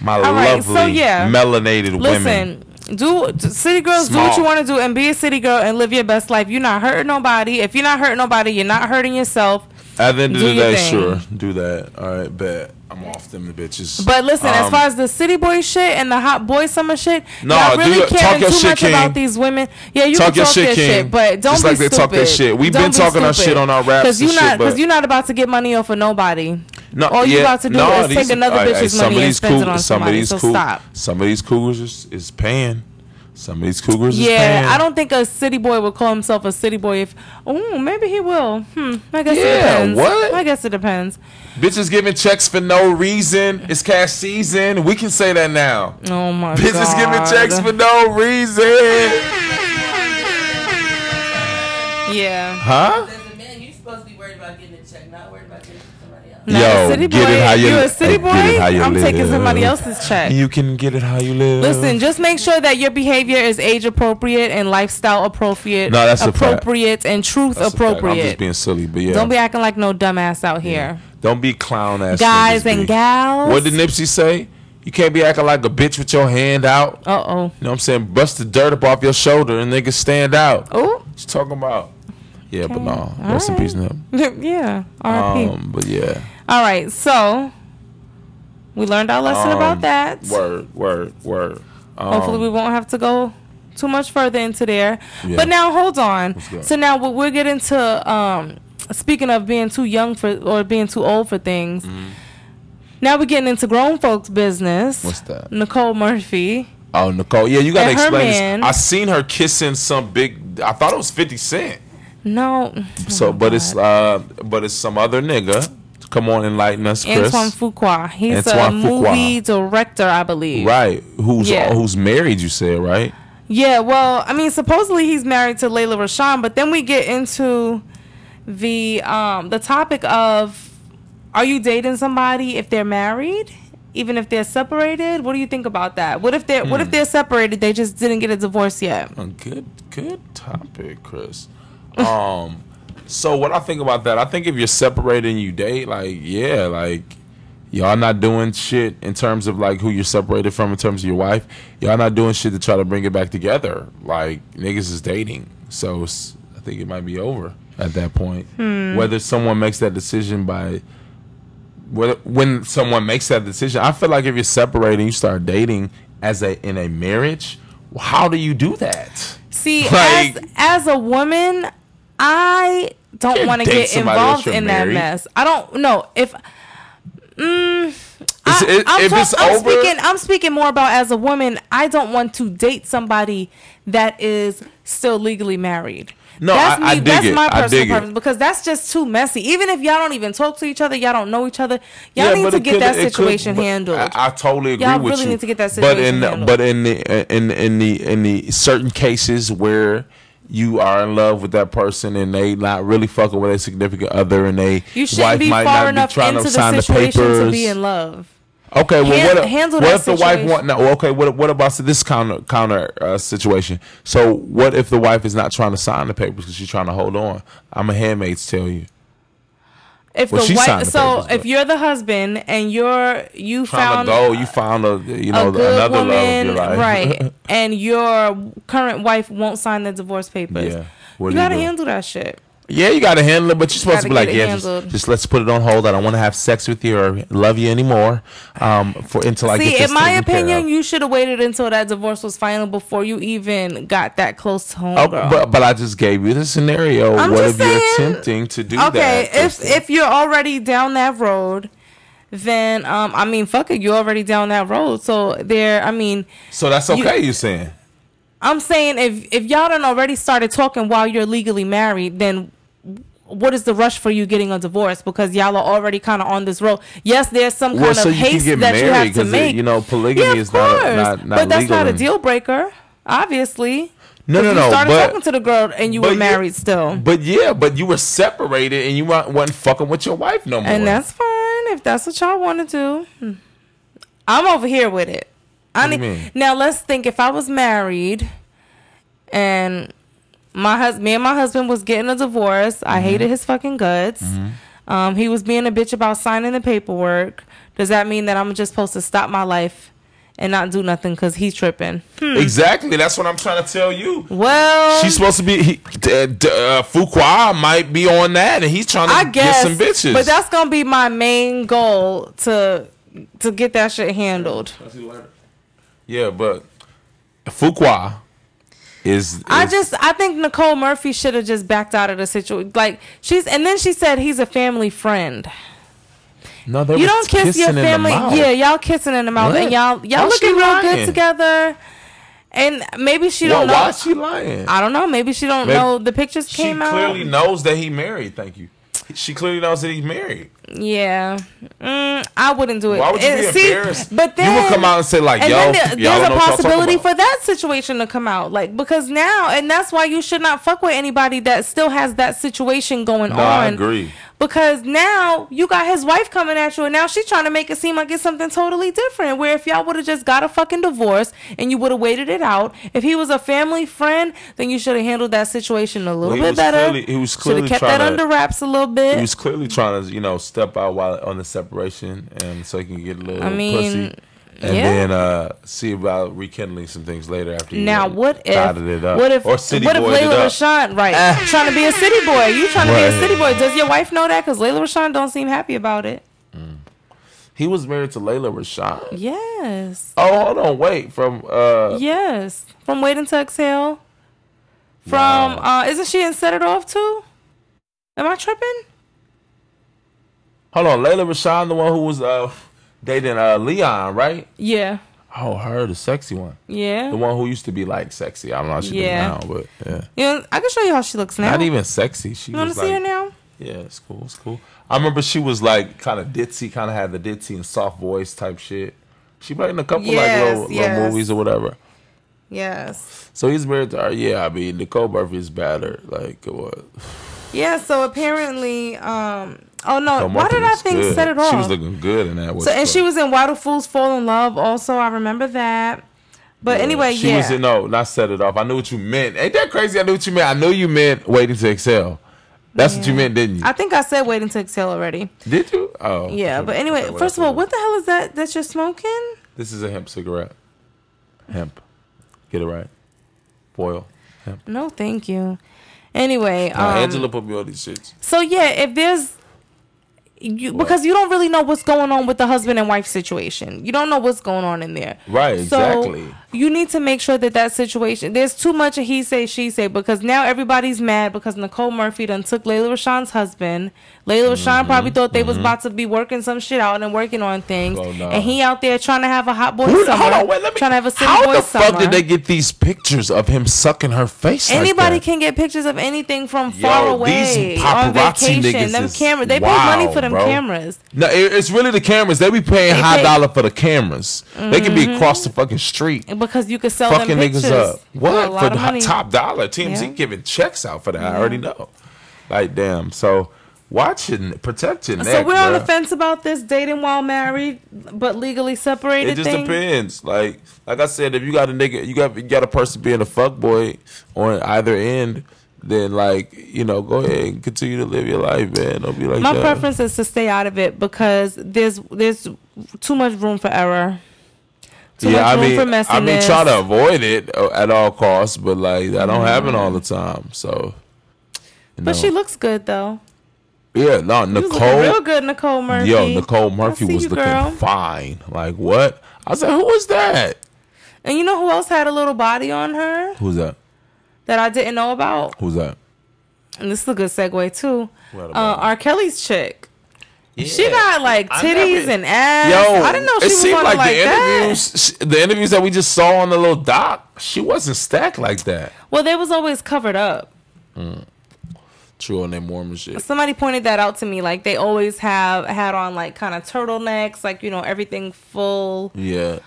S2: My
S3: right, so
S2: lovely,
S3: yeah.
S2: melanated women.
S3: Listen, do d- city girls do what you
S2: Small.
S3: want to do and be a city girl and live your best life. You're not hurting nobody. If you're not hurting nobody, you're not hurting yourself.
S2: At the end of
S3: Do
S2: the
S3: your
S2: day,
S3: thing.
S2: sure, do that. All right, bet I'm off them the bitches.
S3: But listen, as
S2: Um,
S3: far as the city boy shit and the hot boy summer shit,
S2: No,
S3: y'all
S2: do
S3: really
S2: your-
S3: caring
S2: talk your
S3: too
S2: shit,
S3: much about
S2: King.
S3: these women. Yeah, you
S2: Talk
S3: can
S2: your
S3: talk
S2: shit,
S3: your
S2: King.
S3: shit, but don't
S2: Just
S3: be
S2: like they
S3: stupid.
S2: talk their shit. We've
S3: Don't
S2: been
S3: be
S2: talking our shit
S3: stupid.
S2: on our raps
S3: you
S2: and shit,
S3: not
S2: but-
S3: you're not about to get money off of nobody.
S2: no,
S3: all you
S2: yeah,
S3: about to do
S2: no,
S3: is
S2: these-
S3: take another
S2: all right,
S3: bitch's
S2: hey,
S3: money and spend it
S2: coug- some
S3: on
S2: of
S3: somebody.
S2: these
S3: So
S2: coug-
S3: stop.
S2: Some of these cougars is, is paying. Some of these cougars is paying.
S3: Yeah, I don't think a city boy would call himself a city boy if. Oh, maybe he will. Hmm. I guess it
S2: Yeah,
S3: depends.
S2: what?
S3: I guess it depends.
S2: Bitches giving checks for no reason. It's cash season. We can say that now.
S3: Oh my god.
S2: Bitches giving checks for no reason.
S3: Yeah.
S2: Huh?
S4: As a man, you're supposed to be worried about getting a check, not worried about getting somebody else.
S3: Not
S2: Yo,
S3: a city boy.
S2: get it how you-
S3: are a city boy.
S2: get it how you
S3: I'm taking
S2: live.
S3: somebody else's check.
S2: You can get it how you live.
S3: Listen, just make sure that your behavior is age appropriate and lifestyle appropriate.
S2: No, that's a fact.
S3: appropriate and truth
S2: That's a fact. I'm
S3: appropriate.
S2: just being silly, but yeah.
S3: Don't be acting like no dumbass out here.
S2: Don't be clown ass.
S3: Guys
S2: niggas,
S3: and
S2: B.
S3: gals.
S2: What did Nipsey say? You can't be acting like a bitch with your hand out. You
S3: Uh
S2: know what I'm saying? Bust the dirt up off your shoulder and niggas stand out. What
S3: oh.
S2: you talking about? Yeah, but no.
S3: All
S2: Rest in
S3: right.
S2: peace, Nip.
S3: Oh. yeah. R.I.P.
S2: Um, but yeah.
S3: All right, so we learned our lesson
S2: Um,
S3: about that.
S2: Word, word, word. Um,
S3: Hopefully, we won't have to go too much further into there.
S2: Yeah.
S3: But now, hold on.
S2: go.
S3: So now we- we're getting to um, speaking of being too young for or being too old for things.
S2: Mm-hmm.
S3: Now we're getting into grown folks' business.
S2: What's that?
S3: Nicole Murphy.
S2: Oh, Nicole. Yeah, you gotta
S3: And her
S2: explain
S3: man-
S2: this. I seen her kissing some big. I thought it was Fifty Cent.
S3: No.
S2: So, but it's uh, but it's some other nigga. Come on, enlighten us, Chris.
S3: Antoine Fuqua. He's a
S2: Antoine Fuqua.
S3: movie director, I believe.
S2: right? Who's
S3: Yeah.
S2: who's married? You said right.
S3: Yeah, well, I mean, supposedly he's married to Layla Rashan, but then we get into the um the topic of are you dating somebody if they're married? Even if they're separated? What do you think about that? What if they're what
S2: Hmm.
S3: if they're separated, they just didn't get a divorce yet?
S2: A good good topic, Chris. Um, so what I think about that, I think if you're separated and you date, like yeah, like y'all not doing shit in terms of like who you're separated from in terms of your wife. Y'all not doing shit to try to bring it back together. Like niggas is dating, so it's, I think it might be over at that point. Whether someone makes that decision by whether- when someone makes that decision, I feel like if you're separating, you start dating as a in a marriage. How do you do that?
S3: See,
S2: Like-
S3: as as a woman, I don't
S2: Can't
S3: want to
S2: date
S3: get
S2: somebody else
S3: involved
S2: you're
S3: in that
S2: married.
S3: mess. I don't know if
S2: It's-
S3: I,
S2: it-
S3: am
S2: if it's
S3: I'm
S2: over,
S3: speaking. I'm speaking more about as a woman. I don't want to date somebody that is still legally married.
S2: No,
S3: that's
S2: I- I dig
S3: that's
S2: it.
S3: my
S2: I
S3: personal
S2: dig it.
S3: preference because that's just too messy. Even if y'all don't even talk to each other, y'all don't know each other. Y'all
S2: Yeah,
S3: need
S2: but
S3: to
S2: it
S3: get
S2: could-
S3: that
S2: it could-
S3: situation
S2: but
S3: handled.
S2: I, I totally agree
S3: Y'all
S2: with
S3: really
S2: you.
S3: need to get that
S2: but in
S3: situation handled.
S2: but in the in in the in the certain cases where you are in love with that person and they not really fucking with a significant other and they
S3: You shouldn't be far enough into the situation to be in love.
S2: Okay, well,
S3: Han-
S2: what, if,
S3: handle
S2: what
S3: that
S2: if the wife
S3: situation.
S2: want? No, okay, what what about this counter counter uh, situation? So, what if the wife is not trying to sign the papers because she's trying to hold on? I'm a handmaid's tell you.
S3: If
S2: Well, she
S3: the wife,
S2: signed the
S3: so
S2: papers,
S3: if
S2: but-
S3: you're the husband and you're you
S2: Trying
S3: found
S2: to go, you found a you know
S3: a good
S2: another love
S3: woman,
S2: of your life,
S3: right? and your current wife won't sign the divorce papers.
S2: Yeah. What do
S3: you
S2: you
S3: gotta
S2: do?
S3: handle that shit.
S2: Yeah, you gotta handle it, but you're supposed to
S3: Gotta
S2: be like,
S3: get it
S2: yeah, just,
S3: handled.
S2: just let's put it on hold. I don't want to have sex with you or love you anymore. Um, for until I get
S3: See,
S2: this
S3: in my
S2: taken care of.
S3: opinion, you should have waited until that divorce was final before you even got that close to home,
S2: Oh,
S3: girl.
S2: but but I just gave you the scenario.
S3: I'm
S2: what if
S3: just
S2: you're
S3: saying-
S2: attempting to do
S3: okay,
S2: that?
S3: if
S2: Kristen?
S3: if you're already down that road, then um, I mean, fuck it, you're already down that road. So there, I mean,
S2: so that's
S3: you-
S2: okay. You, are saying
S3: I'm saying if if y'all done already started talking while you're legally married, then what is the rush for you getting a divorce? Because y'all are already kind of on this road. Yes, there's some kind
S2: well, so
S3: of
S2: you can
S3: haste
S2: get
S3: that you
S2: married
S3: have to
S2: because
S3: make.
S2: you know polygamy
S3: yeah, of
S2: is not,
S3: course,
S2: not not
S3: but that's
S2: legal
S3: not a
S2: in-
S3: deal breaker, obviously.
S2: No,
S3: 'Cause
S2: no,
S3: you
S2: no,
S3: started
S2: but-
S3: talking to the girl and you
S2: but
S3: were
S2: you-
S3: married still,
S2: But yeah, but you were separated and you wa- wasn't fucking with your wife no more.
S3: and that's fine if that's what y'all want to do. Hmm. I'm over here with it. I
S2: What do
S3: need,
S2: you mean?
S3: now let's think. If I was married, and my hus- me and my husband was getting a divorce. I
S2: Mm-hmm.
S3: hated his fucking guts. Um, he was being a bitch about signing the paperwork. Does that mean that I'm just supposed to stop my life and not do nothing because he's tripping?
S2: exactly. That's what I'm trying to tell you. Mm-hmm.
S3: Well,
S2: She's supposed to be. He, d- d- uh, Fuqua might be on that, and he's trying to
S3: I guess,
S2: get some bitches.
S3: but that's gonna be my main goal to to get that shit handled.
S2: yeah, but Fuqua is.
S3: I
S2: is-
S3: just I think Nicole Murphy should have just backed out of the situation. Like she's and then she said he's a family friend.
S2: no. they
S3: You
S2: was
S3: don't kiss
S2: kissing
S3: your
S2: in the
S3: family.
S2: mouth.
S3: Yeah, y'all kissing in the mouth,
S2: What?
S3: and y'all y'all
S2: Why she
S3: looking real
S2: lying?
S3: good together. And maybe she
S2: Why,
S3: don't
S2: why
S3: know.
S2: is she lying?
S3: I don't know. Maybe she don't
S2: Maybe-
S3: know the pictures
S2: she
S3: came out.
S2: clearly knows that he married. Thank you. She clearly knows that he's married.
S3: Yeah, mm, I wouldn't do it.
S2: Why would you
S3: And
S2: be
S3: see,
S2: embarrassed?
S3: But then
S2: you would come out and say like,
S3: and
S2: "Yo,
S3: then there-
S2: y'all
S3: there's
S2: don't know
S3: a
S2: what y'all talking
S3: possibility
S2: about.
S3: for that situation to come out, like because now, and that's why you should not fuck with anybody that still has that situation going
S2: No,
S3: on.
S2: I agree.
S3: Because now you got his wife coming at you, and now she's trying to make it seem like it's something totally different. Where if y'all would have just got a fucking divorce and you would have waited it out, if he was a family friend, then you should have handled that situation a little
S2: Well, he
S3: bit
S2: was
S3: better.
S2: clearly- he was
S3: should
S2: clearly
S3: have kept
S2: trying
S3: that
S2: to-
S3: under wraps a little bit.
S2: He was clearly trying to, you know, step out while on the separation, and so he can get a little
S3: I mean,
S2: pussy, and
S3: yeah.
S2: then uh, see about rekindling some things later after. you
S3: Now
S2: went-
S3: what if
S2: dotted it up.
S3: what if
S2: or city
S3: what if
S2: boyed it
S3: Layla
S2: up. Ah.
S3: Rashawn right trying to be a city boy? You trying to be
S2: Right.
S3: a city boy? Does your wife know that? Because Layla Rashawn don't seem happy about it.
S2: He was married to Layla Rashad.
S3: Yes,
S2: Oh, hold on, wait. From uh,
S3: yes. From waiting to exhale. From uh, isn't she in set it off too? Am I tripping?
S2: hold on, Layla Rashad, the one who was uh dating uh Leon, right?
S3: Yeah,
S2: Oh, her, the sexy one,
S3: yeah.
S2: the one who used to be like sexy. I don't know how she
S3: Yeah.
S2: do now, but yeah.
S3: yeah I can show you how she looks now.
S2: Not even sexy. She
S3: you want
S2: was
S3: to
S2: like,
S3: see her now?
S2: yeah, it's cool, it's cool. I remember she was like kind of ditzy, kind of had the ditzy and soft voice type shit. She played in a couple
S3: Yes,
S2: like little,
S3: yes.
S2: little movies or whatever.
S3: Yes.
S2: So he's married to her. Yeah, I mean Nicole Murphy is better. Like what?
S3: Yeah. So apparently, um. Oh no!
S2: Nicole
S3: Why
S2: Murphy
S3: did I
S2: looks
S3: think
S2: good.
S3: set it off?
S2: She was looking good in that.
S3: So and she was in Why Do Fools Fall in Love? Also, I remember that. But anyway,
S2: she
S3: yeah,
S2: was in. um, No, not set it off. I knew what you meant. Ain't that crazy? I knew what you meant. I knew you meant waiting to excel. That's what you
S3: Yeah.
S2: meant, didn't you?
S3: I think I said Waiting to Exhale already.
S2: Did you? Oh,
S3: Yeah,
S2: okay.
S3: but anyway,
S2: Okay, well,
S3: first
S2: that's
S3: of all,
S2: good.
S3: what the hell is that that you're smoking?
S2: This is a hemp cigarette. Hemp. Get it right. Foil. Hemp.
S3: No, thank you. Anyway,
S2: Nah,
S3: um,
S2: Uh, Angela put me on these shits.
S3: so yeah, if there's you because you don't really know what's going on with the husband and wife situation. You don't know what's going on in there.
S2: Right, exactly.
S3: You need to make sure that that situation there's too much of he say she say because now everybody's mad because Nicole Murphy done took Layla Rashawn's husband. Layla Rashawn
S2: Mm-hmm,
S3: probably thought they was about to be working some shit out and working on things,
S2: Oh, no.
S3: and he out there trying to have a hot boy
S2: Who-
S3: summer.
S2: hold on, wait, let me.
S3: trying to have a city
S2: how
S3: boy
S2: the
S3: summer.
S2: fuck did they get these pictures of him sucking her face? like
S3: Anybody
S2: that?
S3: can get pictures of anything from
S2: Yo,
S3: far
S2: these
S3: away
S2: paparazzi
S3: on
S2: niggas
S3: vacation. Them
S2: is
S3: camera, they pay money
S2: wild,
S3: for them
S2: bro.
S3: cameras.
S2: No, it, it's really the cameras. They be paying
S3: They
S2: high
S3: pay-
S2: dollar for the cameras. They could be across the fucking street.
S3: Because you could sell
S2: Fucking
S3: them
S2: niggas
S3: pictures
S2: up.
S3: for a
S2: What?
S3: lot
S2: For,
S3: of
S2: the
S3: money.
S2: hot top dollar. TMZ
S3: Yeah.
S2: giving checks out for that. I already know. Like, damn. So, watch your, n- protect your neck.
S3: so we're on the
S2: bruh.
S3: fence about this dating while married but legally separated
S2: It just
S3: thing.
S2: depends. Like like I said, if you got a nigga, you got you got a person being a fuckboy on either end, then like you know, go ahead and continue to live your life, man. Don't be like
S3: My
S2: that.
S3: preference is to stay out of it because there's there's too much room for error. Too
S2: yeah,
S3: much
S2: I
S3: room
S2: mean,
S3: for
S2: I mean,
S3: messiness.
S2: try to avoid it uh, at all costs, but like that don't happen all the
S3: Mm.
S2: time. So, you
S3: But
S2: know.
S3: she looks good though.
S2: yeah, no,
S3: She was looking real
S2: Nicole,
S3: good, Nicole Murphy.
S2: yo, Nicole Murphy
S3: I see
S2: was
S3: you,
S2: looking
S3: girl.
S2: fine. Like what? I was like, who was that?
S3: And you know who else had a little body on her
S2: Who's that?
S3: that I didn't know about?
S2: Who's that?
S3: And this is a good segue too.
S2: Who had
S3: Uh,
S2: a body?
S3: R. Kelly's chick. She got like
S2: I
S3: titties
S2: never-
S3: and ass.
S2: Yo,
S3: I didn't know she
S2: it
S3: was
S2: seemed
S3: on it
S2: like,
S3: like
S2: the
S3: that.
S2: interviews, sh- the interviews that we just saw on the little doc, she wasn't stacked like that.
S3: Well, they was always covered up.
S2: True on that Mormon shit.
S3: somebody pointed that out to me like they always have had on like kind of turtlenecks like you know everything full
S2: Yeah,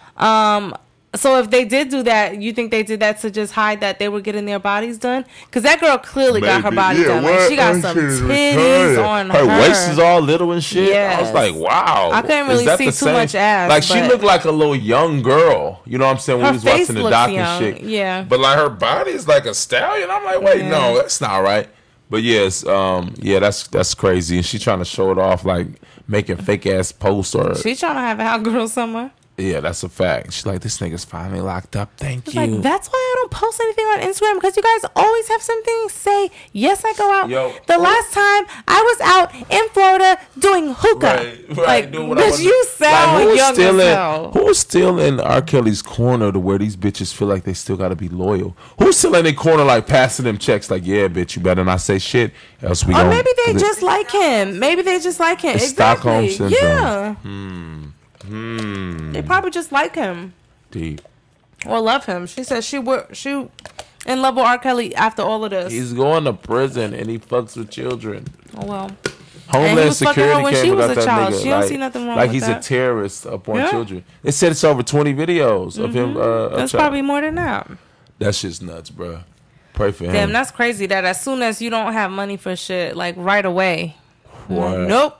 S3: so if they did do that you think they did that to just hide that they were getting their bodies done because that girl clearly got her
S2: Maybe.
S3: body
S2: Yeah,
S3: done like
S2: what?
S3: she got
S2: That
S3: some
S2: shit is
S3: titties
S2: retarded.
S3: on
S2: her
S3: her,
S2: waist is all little and shit. I was
S3: Yes.
S2: like, wow.
S3: I couldn't
S2: is
S3: really
S2: that
S3: see
S2: the
S3: too much ass,
S2: Like she
S3: but-
S2: looked like a little young girl. You know what I'm saying? When
S3: Her
S2: we was
S3: face
S2: watching the
S3: looks
S2: doc
S3: young,
S2: and shit.
S3: yeah.
S2: But like her body is like a stallion. I'm like, wait, no,
S3: Yeah.
S2: that's not right. But yes, um, yeah, that's that's crazy. And she trying to show it off, like making fake ass posts or
S3: she trying to have a hot girl summer
S2: Yeah, that's a fact. She's like, this nigga's finally locked up. Thank
S3: It's
S2: you.
S3: like that's why I don't post anything on Instagram because you guys always have something to say. Yes, I go out.
S2: Yo.
S3: the last time I was out in Florida doing hookah,
S2: Right, right,
S3: like
S2: doing what I
S3: bitch,
S2: wanna-
S3: you
S2: Like,
S3: sound young
S2: still
S3: as
S2: in,
S3: hell.
S2: Who's still in R. Kelly's corner to where these bitches feel like they still got to be loyal? Who's still in their corner, like passing them checks, like, yeah, bitch, you better not say shit, else we
S3: Or
S2: gon-
S3: maybe they just like him. Maybe they just like him.
S2: It's Stockholm
S3: exactly.
S2: syndrome.
S3: Yeah.
S2: Hmm.
S3: They probably just like him
S2: Deep.
S3: or love him. She says she would she in love with R. Kelly after all of this.
S2: He's going to prison and he fucks with children.
S3: oh well.
S2: Homeland
S3: And he was fucking her
S2: Security
S3: when
S2: came
S3: she
S2: and
S3: was
S2: got
S3: a
S2: that
S3: child.
S2: nigga.
S3: She don't
S2: like,
S3: see nothing wrong
S2: Like
S3: with
S2: he's
S3: that.
S2: a terrorist up on
S3: Yeah. Mm-hmm.
S2: children. It said it's over twenty videos of him. Uh, a
S3: That's
S2: child.
S3: probably more than that.
S2: that shit's nuts, bro. Pray for him.
S3: Damn, that's crazy that as soon as you don't have money for shit, like right away.
S2: Word.
S3: Nope.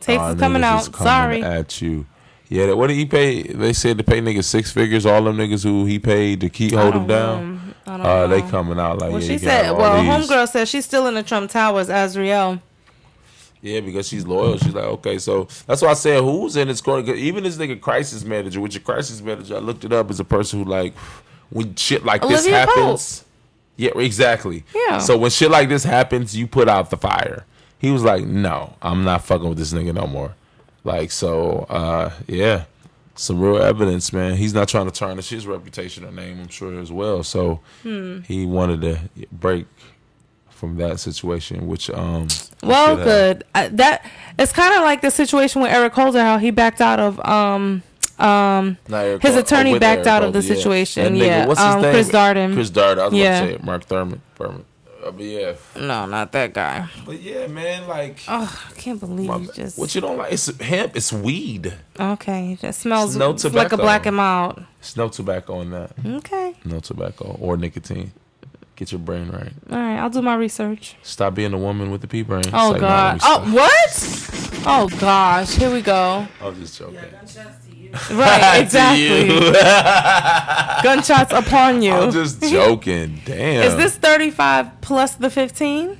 S3: Tapes
S2: Our
S3: is coming
S2: niggas
S3: out.
S2: is
S3: Sorry.
S2: at you. Yeah, that- what did he pay? They said to pay niggas six figures. All them niggas who he paid to keep hold
S3: don't
S2: him down.
S3: know. I don't
S2: Uh,
S3: know.
S2: they coming out like
S3: Well,
S2: yeah,
S3: she
S2: you can
S3: said,
S2: have all
S3: well,
S2: these.
S3: homegirl says she's still in the Trump Towers, Azriel.
S2: Yeah, because she's loyal. She's like, okay, so that's why I said who's in his corner. 'Cause even this nigga crisis manager, which a crisis manager, I looked it up, is a person who like when shit like this
S3: Olivia Pope.
S2: happens. Yeah, exactly.
S3: Yeah.
S2: So when shit like this happens, you put out the fire. He was like, no, I'm not fucking with this nigga no more. Like, so uh, yeah, some real evidence, man. He's not trying to tarnish his reputation or name, I'm sure as well. So
S3: Hmm.
S2: he wanted to break from that situation, which um.
S3: Well,
S2: should have-
S3: good. I, that it's kind of like the situation with Eric Holder, how he backed out of um um
S2: Not Eric
S3: his
S2: Holder.
S3: attorney
S2: With
S3: backed
S2: Eric
S3: out of the
S2: Holder, yeah.
S3: situation.
S2: That
S3: Yeah,
S2: nigga, what's his
S3: um,
S2: name?
S3: Chris Darden.
S2: Chris Darden. I was
S3: Yeah.
S2: about to say Mark Thurman. Thurman. Uh, but yeah,
S3: no, not that guy.
S2: but yeah, man, like
S3: Oh, I can't believe
S2: my-
S3: you just
S2: what you don't like? It's hemp. It's weed.
S3: okay. That smells
S2: no
S3: like a
S2: tobacco.
S3: black and mild.
S2: It's no tobacco in that.
S3: Okay,
S2: No tobacco or nicotine. Get your brain right.
S3: all right. I'll do my research.
S2: Stop being a woman with the pea brain. It's
S3: Oh
S2: like, nah,
S3: God.
S2: we
S3: oh
S2: stop.
S3: what? Oh gosh. Here we go.
S2: I'm just joking.
S4: Just to you.
S3: Right. Oh. Exactly.
S2: You.
S3: Gunshots upon you.
S2: I'm just joking. Damn.
S3: Is this 35 plus the 15?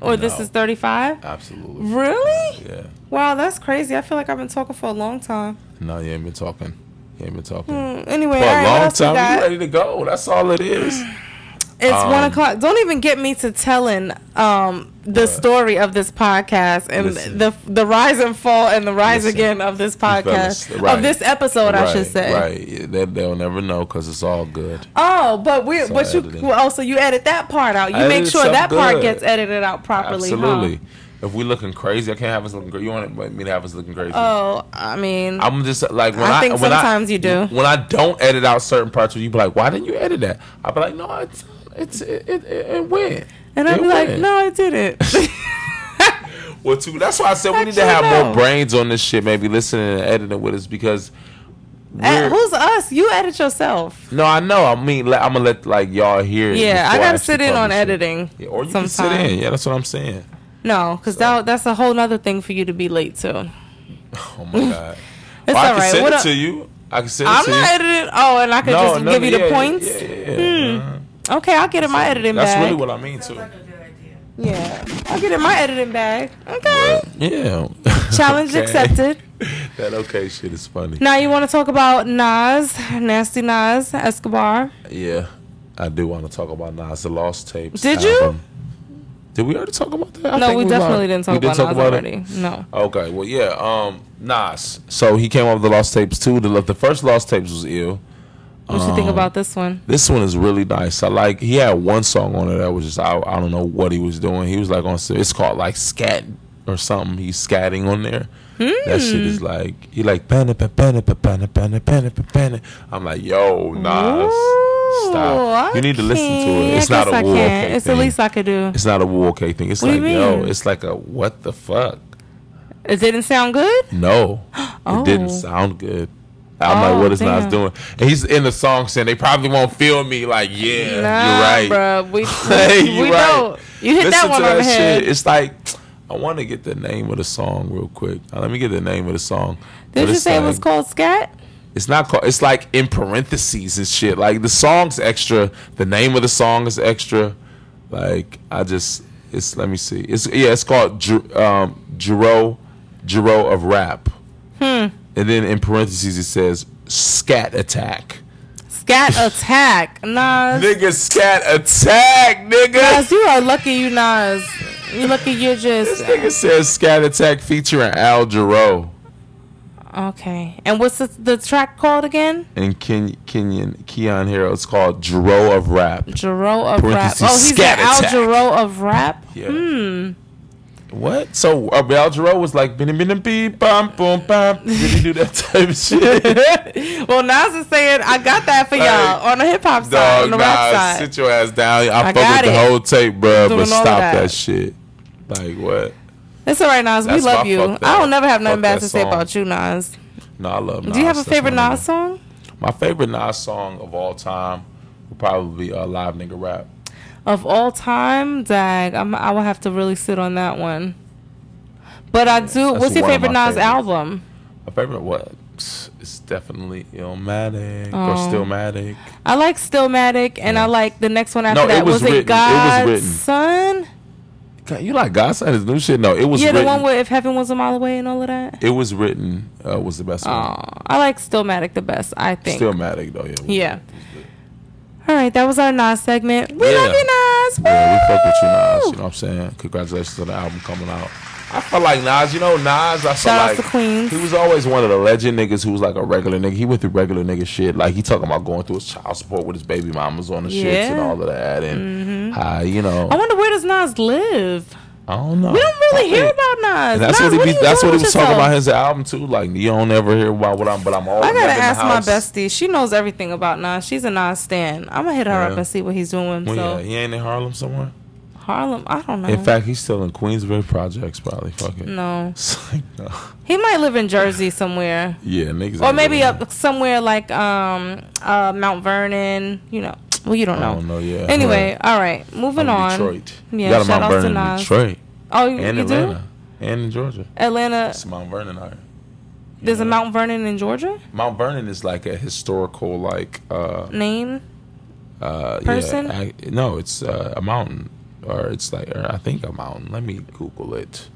S3: Or this
S2: No.
S3: is 35?
S2: absolutely?
S3: Really?
S2: Yeah.
S3: Wow, that's crazy. I feel like I've been talking for a long time.
S2: No, you ain't been talking. You ain't been talking.
S3: Mm, Anyway,
S2: For
S3: all right,
S2: a
S3: what
S2: long
S3: else we
S2: time,
S3: got?
S2: you ready to go. That's all it is.
S3: It's
S2: Um,
S3: one o'clock. Don't even get me to telling um, the story of this podcast and
S2: Listen.
S3: the the rise and fall and the rise
S2: Listen.
S3: again of this
S2: fellas,
S3: podcast
S2: right.
S3: of this episode, I should say.
S2: Right. They, they'll never know because it's all good.
S3: Oh, but we
S2: So
S3: but you
S2: edited.
S3: well, oh, so you edit that part out. You
S2: I
S3: make
S2: edited
S3: sure
S2: some
S3: that part
S2: good.
S3: gets edited out properly. huh?
S2: Absolutely. If we looking crazy, I can't have us looking crazy. You want me to have us looking crazy?
S3: Oh, I mean,
S2: I'm just like when
S3: I
S2: I,
S3: think
S2: when
S3: sometimes
S2: I,
S3: you do.
S2: When I don't edit out certain parts, you be like, "Why didn't you edit that?" I be like, "No, it's it's it, it, it went."
S3: and I'm
S2: It
S3: like,
S2: went."
S3: no, I didn't.
S2: Well, too, that's why I said we need to
S3: Actually,
S2: have
S3: no.
S2: more brains on this shit. Maybe listening and editing with us because
S3: Eh,
S2: we're-
S3: who's us? You edit yourself.
S2: no, I know. I mean, like, I'm gonna let like y'all hear. it
S3: Yeah,
S2: before
S3: I gotta
S2: actually
S3: sit in on
S2: publish it.
S3: editing.
S2: Yeah, or you can sit
S3: sometime.
S2: in. Yeah, that's what I'm saying.
S3: No, because that, that's a whole nother thing for you to be late to.
S2: Oh my god.
S3: It's
S2: Well, I
S3: all
S2: can
S3: right.
S2: send
S3: What
S2: it
S3: I-
S2: to you. I can send it
S3: I'm
S2: to
S3: not
S2: you.
S3: editing. Oh, and I could just give you the
S2: yeah,
S3: points.
S2: Yeah, yeah, yeah.
S3: Okay, I'll get in my editing
S2: That's
S3: bag.
S2: really what I mean too.
S4: That's a good idea.
S3: yeah, I'll get in my editing bag. Okay.
S2: Yeah.
S3: Challenge
S2: Okay.
S3: accepted.
S2: That okay shit is funny.
S3: Now you want to talk about Nas, Nasty Nas Escobar?
S2: Yeah, I do want to talk about Nas the Lost Tapes.
S3: Did you?
S2: album. Did we already talk about that? I
S3: no,
S2: think
S3: we
S2: might-
S3: definitely didn't talk
S2: we
S3: about Nas
S2: it?
S3: already. No.
S2: Okay, well, yeah, um, Nas. So he came up with the Lost Tapes too. The, the first Lost Tapes was ill.
S3: What you
S2: Oh.
S3: think about this one?
S2: This one is really nice. I like. He had one song on it that was just I, I don't know what he was doing. He was like on it's called like scat or something. He's scatting on there. That shit
S3: Hmm.
S2: is like he like "Banna, ba- banna, ba- banna, banna, banna, ba- banna." I'm like yo Nas, Uh, stop.
S3: Ooh,
S2: You need to listen to
S3: okay.
S2: it. It's
S3: I
S2: not a
S3: guess I
S2: war.
S3: can.
S2: okay
S3: It's
S2: thing.
S3: the least I could do.
S2: It's not a war okay thing. It's
S3: What do
S2: like
S3: you
S2: yo.
S3: mean?
S2: It's like a what the fuck.
S3: It didn't sound good.
S2: No, it didn't
S3: Oh.
S2: sound good. I'm
S3: Oh,
S2: like, what is
S3: damn.
S2: Nas doing? And he's in the song saying they probably won't feel me. Like, yeah,
S3: nah,
S2: you're right.
S3: bruh. We,
S2: Hey,
S3: we
S2: you right.
S3: know. You hit that
S2: Listen
S3: one
S2: to
S3: on the
S2: that
S3: head.
S2: It's like I want to get the name of the song real quick. Uh, let me get the name of the song. But
S3: Did you
S2: it's
S3: say it
S2: like,
S3: was called Scat?
S2: It's not called. It's like in parentheses and shit. Like the song's extra. The name of the song is extra. Like I just. It's let me see. It's yeah. It's called Jer- um, Jero Jero of Rap. And then in parentheses it says Scat Attack.
S3: Scat Attack. Nas.
S2: Nigga, Scat Attack, nigga.
S3: Nas, you are lucky you Nas. You lucky you're just
S2: This nigga says Scat Attack featuring Al Jarreau
S3: okay. And what's the, the track called again?
S2: and Ken- Kenyon Keon Hero. It's called Jarreau of Rap.
S3: Jero of rap.
S2: Parentheses,
S3: Oh, he's an
S2: Scat
S3: Al
S2: Attack.
S3: Jero of rap. Hmm.
S2: Yeah. What? So uh, Al Jarreau was like, "Bini bini beep, bum bum bum." Did he do that type of shit?
S3: well, Nas is saying I got that for y'all
S2: Hey,
S3: on the hip hop side,
S2: Dog,
S3: on the
S2: nah,
S3: rap side.
S2: sit your ass down. I,
S3: I
S2: fuck
S3: got
S2: with the
S3: it.
S2: whole tape, bro,
S3: Doing all
S2: but
S3: of
S2: stop
S3: that.
S2: that. shit. Like what?
S3: It's all right, Nas. We
S2: That's
S3: love
S2: my
S3: you.
S2: fuck
S3: I
S2: that-
S3: don't never have nothing
S2: fuck
S3: bad
S2: that
S3: to say
S2: song.
S3: about you, Nas.
S2: No, I love. Nas.
S3: Do you have a
S2: That's
S3: favorite
S2: my nigga.
S3: Nas song?
S2: My favorite Nas song of all time would probably be uh, "Live Nigga Rap."
S3: of all time, dag, I'm, I will have to really sit on that one. But I do.
S2: that's
S3: What's your
S2: one of
S3: favorite
S2: my
S3: Nas
S2: favorites.
S3: album?
S2: My favorite what? It's definitely Illmatic or
S3: Oh.
S2: Stillmatic.
S3: I like Stillmatic, and I like the next one after
S2: No, it
S3: that.
S2: was
S3: Was,
S2: written. It
S3: it
S2: was
S3: God's
S2: written.
S3: Son?
S2: God, you like God said his new shit? No, it was
S3: Yeah,
S2: written.
S3: the one where if heaven was a mile away and all of that.
S2: it was written uh, was the best
S3: Oh, I like Stillmatic the best. I
S2: one.
S3: think.
S2: Stillmatic though, yeah. it was
S3: Yeah.
S2: good.
S3: All right, that was our Nas segment. We
S2: Yeah.
S3: love you, Nas.
S2: Yeah, we fuck with you, Nas. You
S3: Woo!
S2: know what I'm saying? Congratulations on the album coming out. I feel like Nas, you know, Nas, I feel
S3: Shout out
S2: like
S3: to Queens.
S2: he was always one of the legend niggas who was like a regular nigga. He went through regular nigga shit. Like he talking about going through his child support with his baby mamas on the shits and
S3: Yeah. Mm-hmm.
S2: all of that and how you know
S3: I wonder where does Nas live?
S2: I don't know.
S3: We don't really hear about Nas.
S2: And that's
S3: Nas,
S2: what he
S3: are
S2: be,
S3: you
S2: that's
S3: doing
S2: what he
S3: with
S2: was talking
S3: yourself?
S2: about his album too. Like you don't ever hear about what I'm, but I'm always.
S3: I gotta
S2: up in the
S3: ask my
S2: house.
S3: bestie. She knows everything about Nas. She's a Nas stan. I'm gonna hit her up
S2: Yeah.
S3: and see what he's doing.
S2: Well,
S3: so
S2: yeah, he ain't in Harlem somewhere.
S3: Harlem, I don't know.
S2: In fact, he's still in Queensbury Projects probably. Fuck it.
S3: Uh-huh. no,
S2: It's like, no.
S3: he might live in Jersey somewhere,
S2: Yeah, niggas.
S3: or
S2: ain't
S3: maybe
S2: really-
S3: up somewhere like um uh Mount Vernon. You know, well you don't
S2: I
S3: know.
S2: don't know. Yeah.
S3: Anyway,
S2: right.
S3: all right, moving
S2: I'm in
S3: on.
S2: Detroit.
S3: Yeah,
S2: you got a
S3: shout
S2: Mount
S3: out to
S2: Vernon in
S3: Nas.
S2: Detroit
S3: Oh, you,
S2: and
S3: you do?
S2: Atlanta and in Georgia.
S3: Atlanta.
S2: It's Mount Vernon. Iron.
S3: There's a Mount Vernon in Georgia.
S2: Mount Vernon is like a historical like uh
S3: Name.
S2: uh yeah,
S3: Person?
S2: I- no, it's uh, a mountain or it's like or I think a mountain. Let me Google it.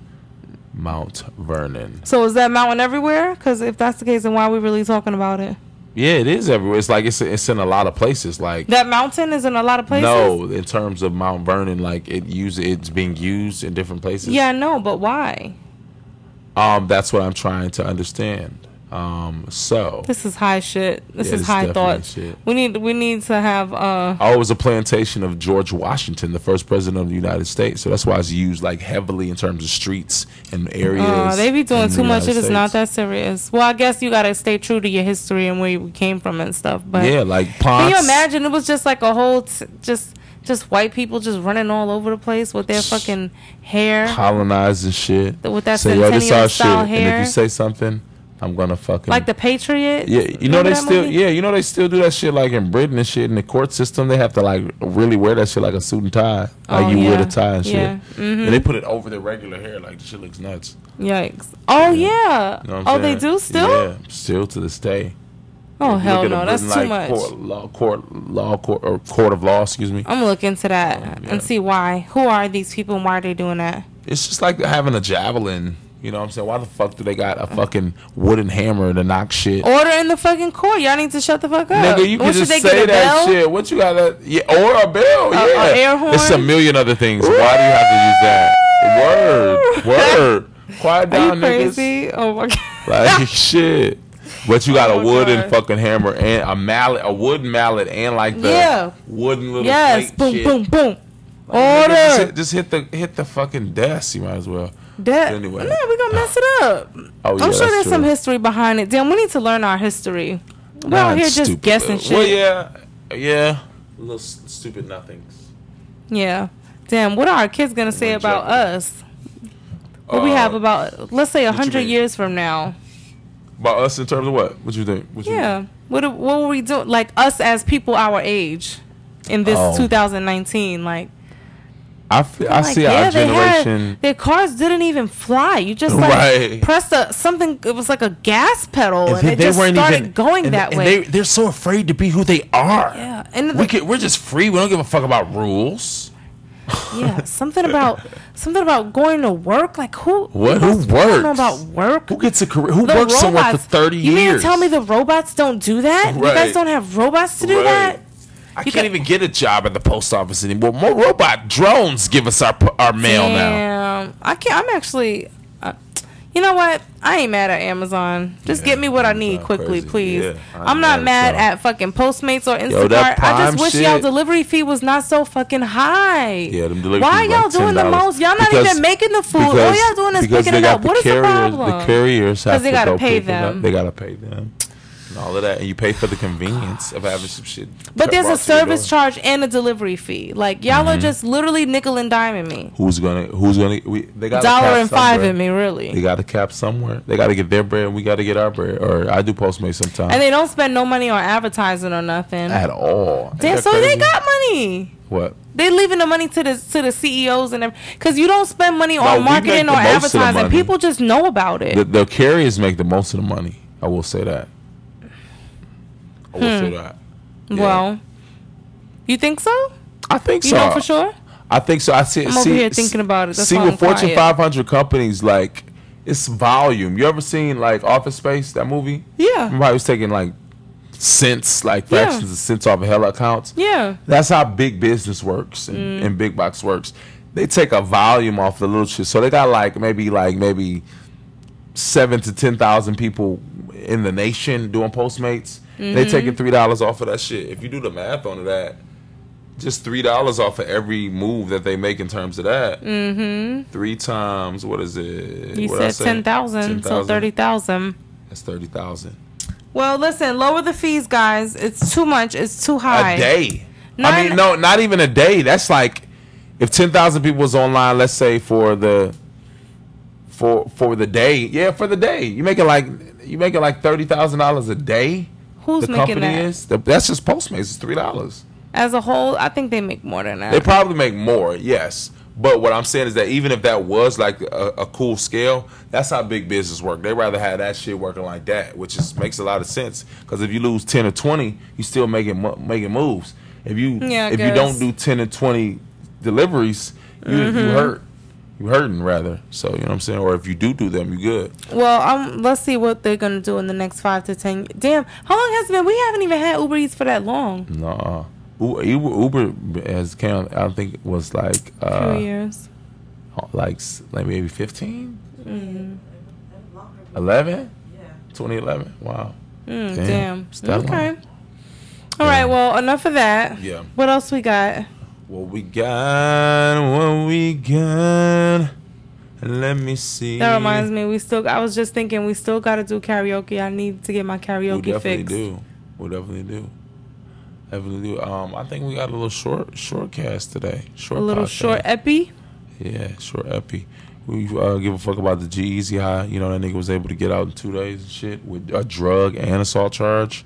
S2: Mount Vernon.
S3: So is that mountain everywhere? Because if that's the case, then why are we really talking about it?
S2: Yeah, it is everywhere. It's like it's it's in a lot of places. Like
S3: That mountain is in a lot of places.
S2: no, in terms of Mount Vernon, like it use it's being used in different places.
S3: Yeah, I know, but why?
S2: um, that's what I'm trying to understand. Um, so
S3: This is high shit. This
S2: Yeah,
S3: is
S2: this
S3: high
S2: definitely
S3: thoughts.
S2: shit.
S3: We need we need to have uh
S2: oh, it was a plantation of George Washington, the first president of the United States. So that's why it's used like heavily in terms of streets and areas.
S3: uh, they be doing
S2: in the
S3: too much.
S2: United
S3: It is not
S2: States.
S3: that serious. Well, I guess you gotta stay true to your history and where you came from and stuff. But
S2: Yeah, like
S3: can
S2: ponds.
S3: you imagine? It was just like a whole t- just Just white people just running all over the place with their fucking hair.
S2: colonized and shit.
S3: The- with that
S2: Say, yo, this
S3: centennial
S2: our
S3: style
S2: shit. And if
S3: hair.
S2: you say something, I'm gonna fucking
S3: Like the Patriot.
S2: Yeah, you know
S3: Remember
S2: they
S3: that
S2: still
S3: movie?
S2: yeah, you know they still do that shit like in Britain and shit in the court system. They have to like really wear that shit like a suit and tie, like
S3: Oh,
S2: you would
S3: yeah.
S2: a tie and shit.
S3: Yeah. Mm-hmm.
S2: And they put it over their regular hair, like the shit looks nuts.
S3: Yikes. Oh yeah.
S2: You know what I'm
S3: oh, they
S2: saying?
S3: do still.
S2: Yeah, still to this day.
S3: Oh
S2: If you
S3: hell
S2: look at a
S3: no, that's too
S2: Britain,
S3: much.
S2: like, Court law, court law, court or court of law. Excuse me.
S3: I'm gonna look into that
S2: Oh, yeah.
S3: and see why. Who are these people and why are they doing that?
S2: It's just like having a javelin. You know what I'm saying? Why the fuck do they got a fucking wooden hammer to knock shit?
S3: Order in the fucking court. Y'all need to shut the fuck up.
S2: Nigga, you can
S3: Oh, What, should
S2: just
S3: they get
S2: say
S3: a
S2: that
S3: bell?
S2: shit. What you got? to Yeah, or a bell?
S3: A- a
S2: yeah,
S3: air horn?
S2: It's a million other things. Why do you have to use that? Word, word. Quiet
S3: Are you
S2: down, niggas.
S3: crazy? Oh my god.
S2: Like shit. But you got
S3: Oh
S2: a
S3: my
S2: wooden
S3: God.
S2: fucking hammer and a mallet, a wooden mallet, and like the
S3: Yeah.
S2: wooden little
S3: yes.
S2: plate
S3: Boom,
S2: shit.
S3: boom, boom.
S2: Nigga, Just
S3: Order.
S2: hit, just hit the hit the fucking desk. You might as well.
S3: That,
S2: anyway.
S3: No, we gonna mess it up.
S2: Oh yeah,
S3: I'm sure
S2: that's
S3: there's
S2: true.
S3: some history behind it. Damn, we need to learn our history. We're out here just
S2: stupid
S3: guessing
S2: little- Well,
S3: shit.
S2: yeah, yeah. Little s- stupid nothings.
S3: Yeah. Damn, what are our kids gonna say
S2: We're
S3: about
S2: joking.
S3: us? What we
S2: Uh,
S3: have about let's say a hundred
S2: mean?
S3: years from now.
S2: By us in terms of what? What you think? What you
S3: Yeah. What what were we doing? Like us as people our age in this
S2: Oh.
S3: 2019, like
S2: I, feel, I
S3: like,
S2: see
S3: yeah,
S2: our
S3: they had-
S2: generation.
S3: their cars didn't even fly. You just like
S2: Right.
S3: pressed a something. It was like a gas pedal, and, it just started going
S2: and-
S3: that
S2: and
S3: way.
S2: They, they're so afraid to be who they are.
S3: yeah,
S2: We
S3: and the-
S2: could, we're just free. We don't give a fuck about rules.
S3: yeah, something about something about going to work. Like who?
S2: What?
S3: who
S2: Who
S3: I don't know
S2: works?
S3: about work.
S2: Who gets a career? Who works somewhere for thirty
S3: you mean
S2: years?
S3: to tell me the robots don't do that? You
S2: Right.
S3: guys don't have robots to do
S2: Right.
S3: that?
S2: I
S3: you
S2: can't
S3: got-
S2: even get a job at the post office anymore. More robot drones give us our p- our mail now.
S3: Damn. I can't. I'm actually. Uh, you know what? I ain't mad at Amazon. Just
S2: Yeah,
S3: get me what I need
S2: Amazon
S3: quickly,
S2: crazy.
S3: please.
S2: Yeah, I ain't
S3: I'm not
S2: mad
S3: mad
S2: at
S3: at fucking Postmates or Instacart.
S2: that
S3: I
S2: Prime
S3: just wish y'all
S2: shit.
S3: delivery fee was not so fucking high.
S2: Yeah, them delivery
S3: Why
S2: fees
S3: y'all
S2: like
S3: doing the
S2: $10.
S3: most? Y'all not
S2: Because-
S3: even making the food.
S2: because-
S3: All y'all doing is
S2: because
S3: picking
S2: they
S3: it
S2: got
S3: up. What is the
S2: carriers-
S3: problem?
S2: The carriers have
S3: they
S2: to
S3: gotta
S2: go
S3: pay
S2: pick it up.
S3: them.
S2: They gotta pay them and all of that, and you pay for the convenience of having some shit.
S3: but
S2: cut-
S3: there's a
S2: brought to your
S3: service
S2: door.
S3: charge and a delivery fee. Like y'all
S2: Mm-hmm.
S3: are just literally nickel and diming me.
S2: Who's gonna? Who's gonna? We they got
S3: Dollar and five
S2: somewhere.
S3: in me, really.
S2: They got to cap somewhere. They got to get their bread, and we got to get our bread. Or I do Postmates sometimes.
S3: and they don't spend no money on advertising or nothing.
S2: at all. Ain't
S3: Damn,
S2: that
S3: so they
S2: crazy?
S3: got money.
S2: what?
S3: They leaving the money to the to the CEOs and because you don't spend money
S2: No,
S3: on
S2: we make
S3: marketing
S2: the most
S3: or
S2: of the
S3: advertising.
S2: money.
S3: People just know about it.
S2: The, the carriers make the most of the money. I will say that. I will
S3: Hmm.
S2: say that. Yeah.
S3: Well, you think so?
S2: I think
S3: You
S2: so.
S3: know for sure.
S2: I think so. I see.
S3: I'm
S2: see,
S3: over here
S2: see-
S3: thinking about it. That's
S2: see
S3: why
S2: with
S3: I'm
S2: Fortune
S3: quiet.
S2: 500 companies, like it's volume. You ever seen like Office Space that movie?
S3: Yeah,
S2: Remember, how he was taking like cents, like
S3: Yeah.
S2: fractions of cents off of hella accounts.
S3: yeah.
S2: That's how big business works and,
S3: Mm.
S2: and big box works. They take a volume off the little shit. So they got like maybe like maybe seven to ten thousand people in the nation doing Postmates.
S3: Mm-hmm.
S2: They taking three dollars off of that shit. If you do the math on that, just three dollars off of every move that they make in terms of that. Mm-hmm. Three times what is it?
S3: You
S2: What'd I
S3: said
S2: say?
S3: ten thousand, so
S2: 10,000?
S3: thirty thousand.
S2: That's thirty thousand
S3: Well, listen, lower the fees, guys. It's too much. It's too high.
S2: a day. I
S3: Nine-
S2: mean, no, not even a day. That's like if ten thousand people was online, let's say for the for for the day. Yeah, for the day, you make it like you make it like thirty thousand dollars a day.
S3: Who's
S2: the
S3: making
S2: company
S3: that
S2: is The- that's just Postmates. It's three dollars.
S3: as a whole? I think they make more than
S2: They
S3: that.
S2: probably make more, yes. But what I'm saying is that even if that was like a, a cool scale, that's how big business work. They rather have that shit working like that, which is makes a lot of sense. Because if you lose ten or twenty, you still making mo- making moves. If you
S3: Yeah, I
S2: if you don't
S3: guess. Mm-hmm.
S2: do ten or twenty deliveries, you you hurt. You hurting rather. So you know what I'm saying. Or if you do do them, you good.
S3: Well, um, let's see what they're gonna do in the next five to ten. Damn, how long has it been? We haven't even had Uber Eats for that long.
S2: No. Uber, E, Uber has came. I think it was like
S3: Two
S2: uh,
S3: years.
S2: Oh, like s- like maybe 15 11 2011 wow
S3: Mm,
S2: damn.
S3: damn.
S2: It's that
S3: Okay.
S2: long.
S3: All right. Well, enough of that.
S2: Yeah.
S3: What else we got?
S2: what we got what we got let me see
S3: That reminds me. We still. I was just thinking. We still got to do karaoke. I need to get my
S2: we
S3: karaoke
S2: definitely
S3: fixed.
S2: do we definitely do Heavenly Lou. Um, I think we got a little short short cast today. Short
S3: A little
S2: podcast.
S3: short epi.
S2: Yeah, short epi. We uh, give a fuck about the G Easy High. You know that nigga was able to get out in two days and shit with a drug and assault charge,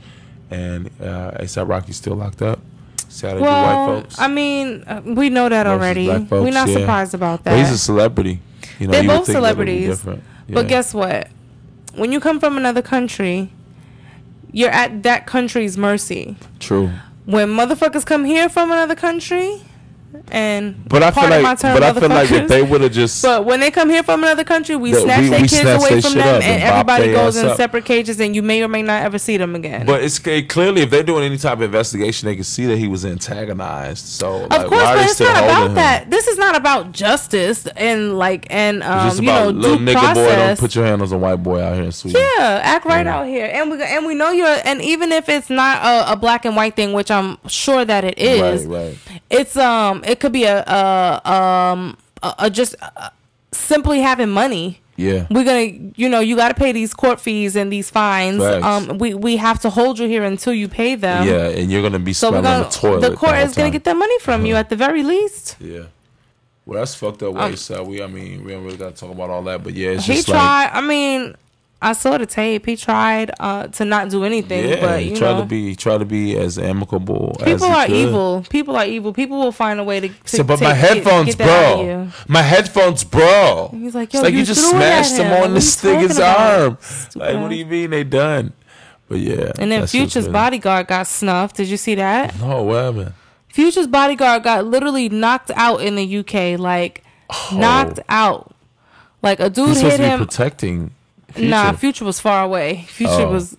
S2: and uh, ASAP Rocky's still locked up. Shout out to
S3: Well,
S2: white folks.
S3: I mean, uh, we know that
S2: Versus
S3: already.
S2: black folks,
S3: We're not
S2: yeah.
S3: surprised about that.
S2: But he's a celebrity. You know,
S3: They're
S2: you would
S3: both
S2: think that it would be
S3: celebrities.
S2: different.
S3: But
S2: Yeah.
S3: guess what? When you come from another country, you're at that country's mercy.
S2: true.
S3: When motherfuckers come here from another country, and
S2: But I feel
S3: pardon my
S2: like,
S3: term,
S2: but I feel like
S3: motherfuckers,
S2: if they would have just
S3: but when they come here from another country, we
S2: That
S3: snatch
S2: we-
S3: their
S2: we
S3: kids
S2: snatch
S3: away
S2: they
S3: from
S2: shit
S3: them,
S2: up
S3: and
S2: and bop
S3: everybody
S2: they
S3: goes
S2: ass
S3: in
S2: up.
S3: separate cages, and you may or may not ever see them again.
S2: But it's it, clearly if they're doing any type of investigation, they can see that he was antagonized. So
S3: of
S2: like,
S3: course,
S2: why are
S3: but
S2: they
S3: it's
S2: still
S3: not
S2: holding
S3: about
S2: him?
S3: that. This is not about justice and like and
S2: It's
S3: um,
S2: just
S3: you
S2: about
S3: know
S2: little
S3: due
S2: nigga boy, don't
S3: process.
S2: put your hand on a white boy out here and sue. you.
S3: Yeah, act right out here, and we and we know you're. And even if it's not a, a black and white thing, which I'm sure that it is,
S2: right, right.
S3: it's um, it could be a a um, a, a just uh, simply having money.
S2: Yeah.
S3: We're gonna, you know, you got to pay these court fees and these fines.
S2: Facts.
S3: Um, we we have to hold you here until you pay them.
S2: yeah, and you're gonna be
S3: So we're
S2: smelling
S3: gonna.
S2: the toilet. Uh-huh.
S3: The court
S2: whole
S3: is gonna
S2: time.
S3: get that money from you at the very least.
S2: Yeah. Well, that's fucked up. Way so we, I mean, we don't really gotta talk about all that. But yeah, it's
S3: He
S2: just like
S3: tried. I mean, I saw the tape. He tried uh to not do anything,
S2: yeah,
S3: but
S2: he
S3: you
S2: tried
S3: know.
S2: to be, he tried to be as amicable. as
S3: People
S2: he
S3: are
S2: could.
S3: evil. People are evil. People will find a way to. to
S2: He said, but my
S3: take- get-
S2: headphones,
S3: get that out of
S2: bro.
S3: you."
S2: My headphones, bro.
S3: He's like, "Yo, you
S2: just
S3: threw it at
S2: smashed
S3: him.
S2: him
S3: What
S2: on
S3: are
S2: this
S3: you
S2: nigga's
S3: talking about,
S2: arm. Like, what
S3: stupid
S2: do you mean they done? But yeah.
S3: And
S2: that
S3: then
S2: shit's
S3: Future's
S2: crazy.
S3: bodyguard got snuffed. Did you see that?
S2: No, what happened?
S3: Future's bodyguard got literally knocked out in the UK. Like
S2: Oh.
S3: knocked out. Like a dude
S2: He's supposed
S3: hit
S2: to be
S3: him.
S2: protecting. Future.
S3: Nah, Future was far away. Future
S2: Oh.
S3: was.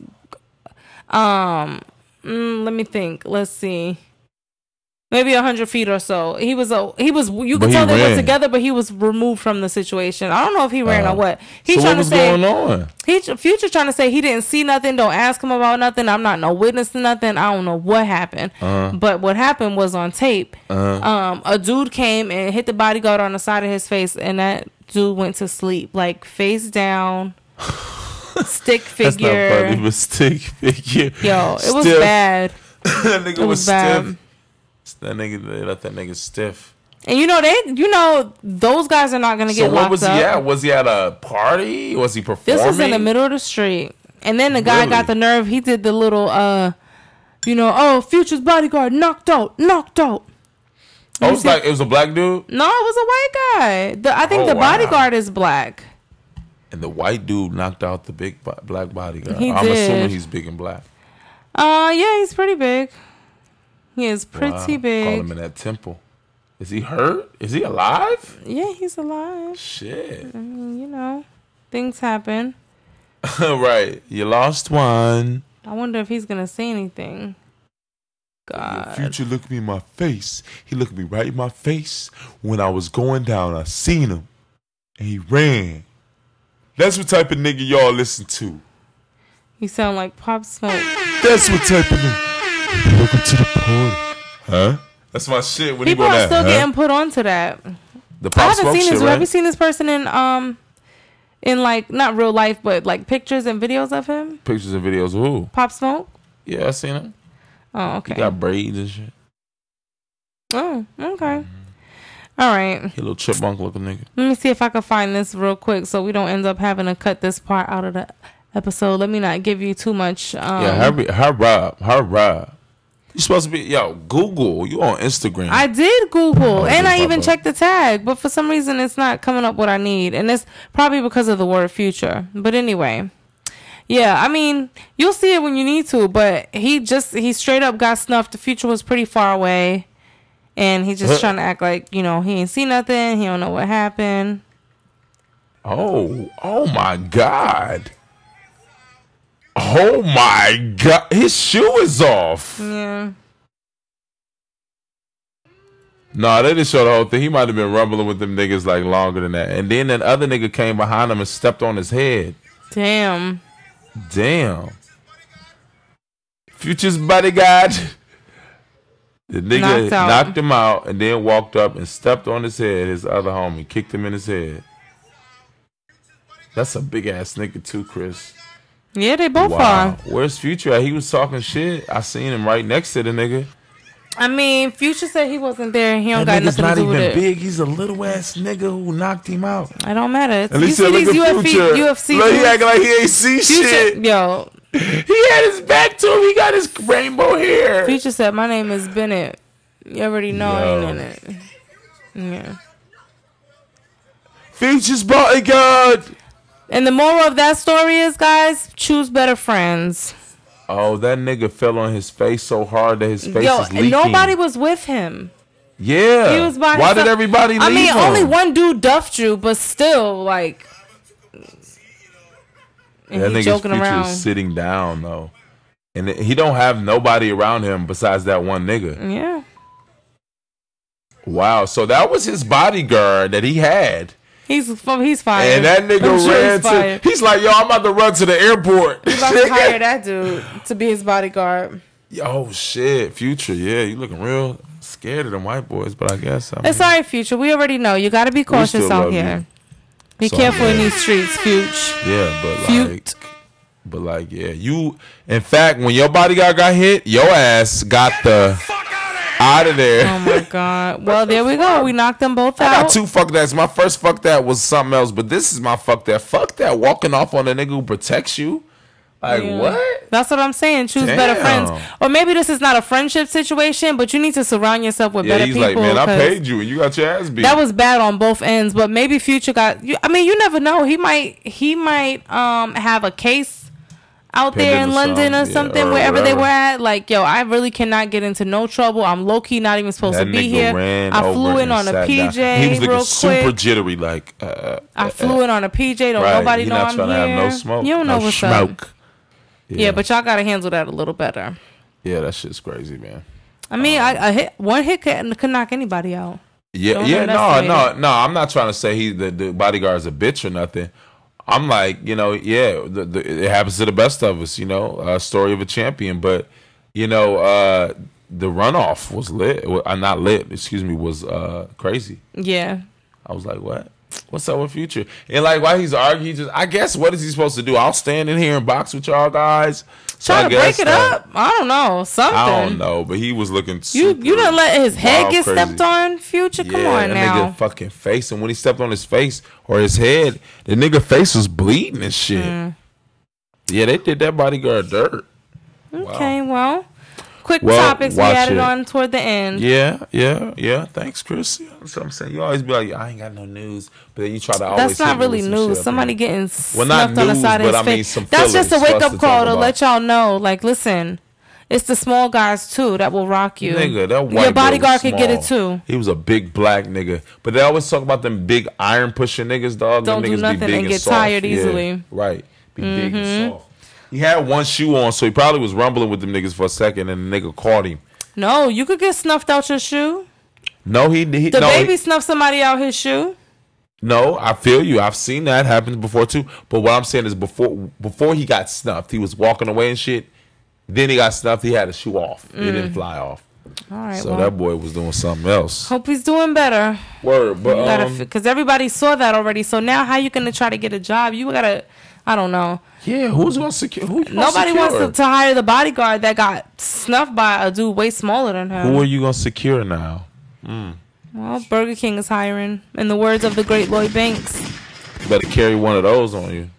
S3: Um, mm, let me think. Let's see. Maybe a hundred feet or so. He was a he was. You
S2: But
S3: could
S2: he
S3: tell they were
S2: ran.
S3: together, but he was removed from the situation. I don't know if he ran
S2: Oh.
S3: or what. He
S2: so
S3: trying
S2: what was
S3: to say
S2: going on?
S3: He future trying to say he didn't see nothing. Don't ask him about nothing. I'm not no witness to nothing. I don't know what happened.
S2: Uh-huh.
S3: But what happened was on tape. Um, a dude came and hit the bodyguard on the side of his face, and that dude went to sleep like face down, stick
S2: That's not funny,
S3: figure.
S2: but stick figure.
S3: Yo, it was
S2: Stiff.
S3: bad.
S2: that nigga was,
S3: was bad.
S2: stiff. That nigga, they left that nigga stiff.
S3: And you know they, you know those guys are not gonna
S2: So
S3: get
S2: what
S3: locked
S2: was
S3: up.
S2: he at? Was he at a party? Was he performing?
S3: This was in the middle of the street. And then the guy
S2: Really?
S3: got the nerve. He did the little, uh, you know, oh, Future's bodyguard knocked out, knocked out.
S2: Oh, it was like it was a black dude,
S3: No, it was a white guy. The, I think
S2: Oh,
S3: the
S2: wow.
S3: bodyguard is black.
S2: and the white dude knocked out the big bo- black bodyguard.
S3: He
S2: I'm assuming
S3: did.
S2: he's big and black.
S3: Uh, yeah, he's pretty big. He is pretty
S2: Wow. Call him
S3: big.
S2: in that temple. Is he hurt? Is he alive?
S3: Yeah, he's alive.
S2: Shit.
S3: You know, things happen.
S2: right. You lost one.
S3: I wonder if he's gonna say anything.
S2: Your
S3: God,
S2: Future looked me in my face. He looked me right in my face when I was going down. I seen him, and he ran. That's what type of nigga y'all listen to.
S3: you sound like Pop Smoke.
S2: That's what type of nigga. Welcome to the party, huh? That's my shit. When
S3: People
S2: he go
S3: are
S2: down,
S3: still
S2: huh?
S3: getting put onto that.
S2: the
S3: I
S2: pop
S3: haven't
S2: smoke
S3: seen
S2: shit,
S3: this. Have you
S2: right?
S3: seen this person in um, in like not real life, but like pictures and videos of him?
S2: Pictures and videos. of Who?
S3: Pop Smoke.
S2: Yeah, I seen him.
S3: Oh, okay.
S2: He got braids and shit.
S3: Oh, okay. All right.
S2: He a little chipmunk looking nigga.
S3: Let me see if I can find this real quick so we don't end up having to cut this part out of the episode. Let me not give you too much. Um,
S2: Yeah, hurry, hurry up, hurry up. You supposed to be yo Google. You on Instagram?
S3: I did Google and
S2: this
S3: I
S2: my
S3: even
S2: bad.
S3: checked the tag, but for some reason it's not coming up what I need. And it's probably because of the word future. But anyway. Yeah, I mean, you'll see it when you need to, but he just he straight up got snuffed. The future was pretty far away. And he's just
S2: Huh.
S3: trying to act like, you know, he ain't see nothing, he don't know what happened.
S2: Oh, oh my God. Oh my God. His shoe is off.
S3: Yeah.
S2: Nah, they didn't show the whole thing. He might have been rumbling with them niggas like longer than that. And then that other nigga came behind him and stepped on his head.
S3: Damn.
S2: Damn. Future's bodyguard. The nigga
S3: Knocked out.
S2: knocked him out and then walked up and stepped on his head, his other homie, kicked him in his head. That's a big ass nigga too, Chris.
S3: Yeah, they both
S2: Wow.
S3: are.
S2: Where's Future at? He was talking shit. I seen him right next to the nigga.
S3: I mean, Future said he wasn't there and he don't got
S2: nigga's
S3: nothing to
S2: not
S3: do
S2: even
S3: with it.
S2: big. He's a little ass nigga who knocked him out.
S3: I don't matter. It's,
S2: At
S3: you
S2: least
S3: see
S2: look
S3: these E
S2: at
S3: UFC,
S2: Future.
S3: UFC
S2: Look, he
S3: dudes,
S2: acting like he ain't see
S3: Future,
S2: shit.
S3: yo,
S2: He had his back to him. He got his rainbow hair.
S3: Future said, "My name is Bennett. You already know
S2: Yo.
S3: I ain't in it." Yeah.
S2: Future's bodyguard.
S3: And the moral of that story is, guys, choose better friends.
S2: Oh, that nigga fell on his face so hard that his face
S3: Yo,
S2: is leaking.
S3: and nobody was with him.
S2: Yeah.
S3: He was by
S2: Why
S3: himself.
S2: did everybody leave
S3: I mean,
S2: him?
S3: only one dude duffed you, but still, like, and
S2: That
S3: he
S2: nigga's
S3: joking
S2: Future
S3: around.
S2: is sitting down though, and he don't have nobody around him besides that one nigga.
S3: Yeah,
S2: Wow. So that was his bodyguard that he had.
S3: he's from. He's fired.
S2: And that nigga
S3: I'm sure
S2: ran
S3: he's fired.
S2: to. He's like, yo, I'm about to run to the airport.
S3: He's about to hire that dude to be his bodyguard.
S2: oh shit, future. Yeah, you looking real scared of them white boys, but I guess I'm.
S3: It's all right, Future. We already know. You got to be cautious
S2: still
S3: out
S2: love you.
S3: here. Be
S2: So-
S3: careful in these streets, Future.
S2: yeah, but like,
S3: Fute.
S2: but like, yeah, you. In fact, when your bodyguard got hit, your ass got the out of there.
S3: Oh my God. Well, there we go. We knocked them both
S2: I
S3: out.
S2: got two fuck that's. My first fuck that was something else, but this is my fuck that. Fuck that walking off on a nigga who protects you. Like
S3: Yeah.
S2: what?
S3: That's what I'm saying. Choose better
S2: Damn.
S3: friends, or maybe this is not a friendship situation, but you need to surround yourself with
S2: Yeah,
S3: better
S2: he's
S3: people.
S2: like, man, I
S3: 'cause
S2: paid you and you got your ass beat.
S3: That was bad on both ends, but maybe Future got. You, I mean, you never know. He might. He might um have a case out there
S2: Pending
S3: in
S2: or
S3: London or
S2: something, yeah,
S3: something,
S2: or
S3: wherever they
S2: whatever.
S3: were at. Like, yo, I really cannot get into no trouble. I'm low key not even supposed
S2: That
S3: to be
S2: nigga
S3: here.
S2: ran
S3: I
S2: over
S3: flew in
S2: and
S3: on a
S2: sat down.
S3: PJ
S2: He was looking
S3: real
S2: super
S3: quick.
S2: jittery, like. Uh, uh,
S3: I flew in on a PJ. Don't
S2: right.
S3: nobody
S2: He
S3: know
S2: not
S3: I'm
S2: trying
S3: here.
S2: to have no smoke.
S3: You don't know
S2: no
S3: what's
S2: smoke.
S3: up. Yeah. but y'all gotta handle that a little better.
S2: yeah, that shit's crazy, man.
S3: I mean, I, a hit, one hit could, could knock anybody out.
S2: Yeah,
S3: Don't
S2: yeah, no,
S3: underestimate
S2: no,
S3: it.
S2: no. I'm not trying to say he the, the bodyguard's a bitch or nothing. I'm like, you know, yeah, the, the, it happens to the best of us, you know, uh, story of a champion. But you know, uh, the runoff was lit. Well, uh, not lit, excuse me, was uh, crazy.
S3: Yeah.
S2: I was like, what? What's up with Future? And like, while he's arguing, he just I guess what is he supposed to do? I'll stand in here and box with y'all guys. So
S3: Try
S2: I
S3: to break
S2: guess
S3: it
S2: that-
S3: up. I don't know. Something.
S2: I don't know, but he was looking.
S3: You
S2: super
S3: you done let his head
S2: wild
S3: get
S2: crazy.
S3: stepped on, future? Come on
S2: that
S3: now.
S2: nigga fucking face. And when he stepped on his face or his head, the nigga face was bleeding and shit.
S3: Mm.
S2: Yeah, they did that bodyguard dirt. Wow.
S3: Okay, well. Quick
S2: Well,
S3: topics we
S2: watch
S3: added
S2: it.
S3: on toward the end.
S2: Yeah, yeah, yeah. Thanks, Chris. Yeah, that's what I'm saying. You always be like, I ain't got no news, but then you try to always.
S3: That's
S2: hit
S3: not
S2: me
S3: really
S2: with some shit
S3: news.
S2: up
S3: Somebody
S2: here.
S3: getting
S2: Well, not
S3: snuffed on the
S2: news,
S3: side
S2: but
S3: of his
S2: I mean
S3: face.
S2: some
S3: That's just a
S2: feelings for
S3: wake
S2: us
S3: up
S2: to
S3: call
S2: talk
S3: to
S2: about.
S3: let y'all know. Like, listen, it's the small guys too that will rock you.
S2: Nigga, that white
S3: Your bodyguard
S2: girl
S3: could
S2: was
S3: get it
S2: small.
S3: too.
S2: He was a big black nigga, but they always talk about them big iron pushing niggas, dog.
S3: Don't
S2: them
S3: do
S2: niggas
S3: nothing
S2: be big
S3: and get
S2: soft.
S3: tired
S2: Yeah,
S3: easily. Mm-hmm.
S2: right? Be big and soft. He had one shoe on, so he probably was rumbling with them niggas for a second, and the nigga caught him.
S3: No, you could get snuffed out your shoe.
S2: No, he, he
S3: The
S2: no, he-
S3: baby snuffed somebody out his shoe.
S2: no. I feel you. I've seen that happen before too. But what I'm saying is, before before he got snuffed, he was walking away and shit. Then he got snuffed. He had a shoe off. It didn't fly off.
S3: All Mm. right.
S2: So
S3: well,
S2: that boy was doing something else.
S3: hope he's doing better.
S2: Word, but um,
S3: because everybody saw that already. So now, how you gonna try to get a job? You gotta, I don't know.
S2: yeah, who's gonna secure? Who you gonna
S3: Nobody wants
S2: secure?
S3: to, to hire the bodyguard that got snuffed by a dude way smaller than him.
S2: Who are you gonna secure now?
S3: well, Burger King is hiring, in the words of the great Lloyd Banks.
S2: Better carry one of those on you.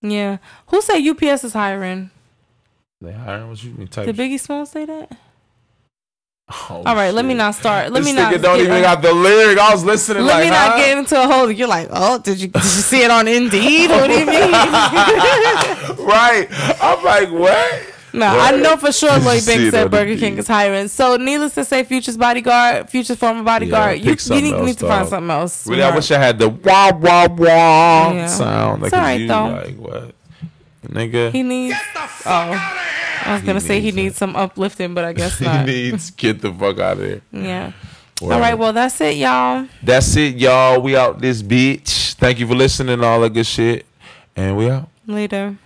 S3: Yeah, who say UPS is hiring?
S2: They hiring what you mean type.
S3: Did Biggie Smalls say that?
S2: oh,
S3: All right, let me
S2: shit.
S3: not start. Let
S2: this
S3: me not.
S2: nigga don't
S3: get-
S2: even got the lyric. I was listening.
S3: Let
S2: like,
S3: me not
S2: huh?
S3: get into a whole. You're like, oh, did you, did you see it on Indeed? What do you mean?
S2: right. I'm like, what?
S3: No, I
S2: Right.
S3: know for sure
S2: Did you
S3: Lloyd
S2: see
S3: Banks
S2: it
S3: said
S2: on the
S3: Burger King
S2: feed?
S3: is hiring. So, needless to say, Future's bodyguard, Future's former bodyguard,
S2: pick
S3: you, you
S2: something
S3: need,
S2: else,
S3: need to find
S2: dog.
S3: something else.
S2: Really, I
S3: sweetheart.
S2: wish I had the wah wah wah
S3: Yeah.
S2: sound. Like,
S3: It's all right,
S2: you,
S3: though.
S2: like what? Nigga,
S3: he needs. Oh, I was gonna say he
S2: needs
S3: needs some uplifting, but I guess
S2: he
S3: not.
S2: needs get the fuck out of here.
S3: yeah.
S2: Word.
S3: All right. Well, that's it, y'all.
S2: that's it, y'all. We out this bitch. Thank you for listening. and All that good shit, and we out.
S3: Later.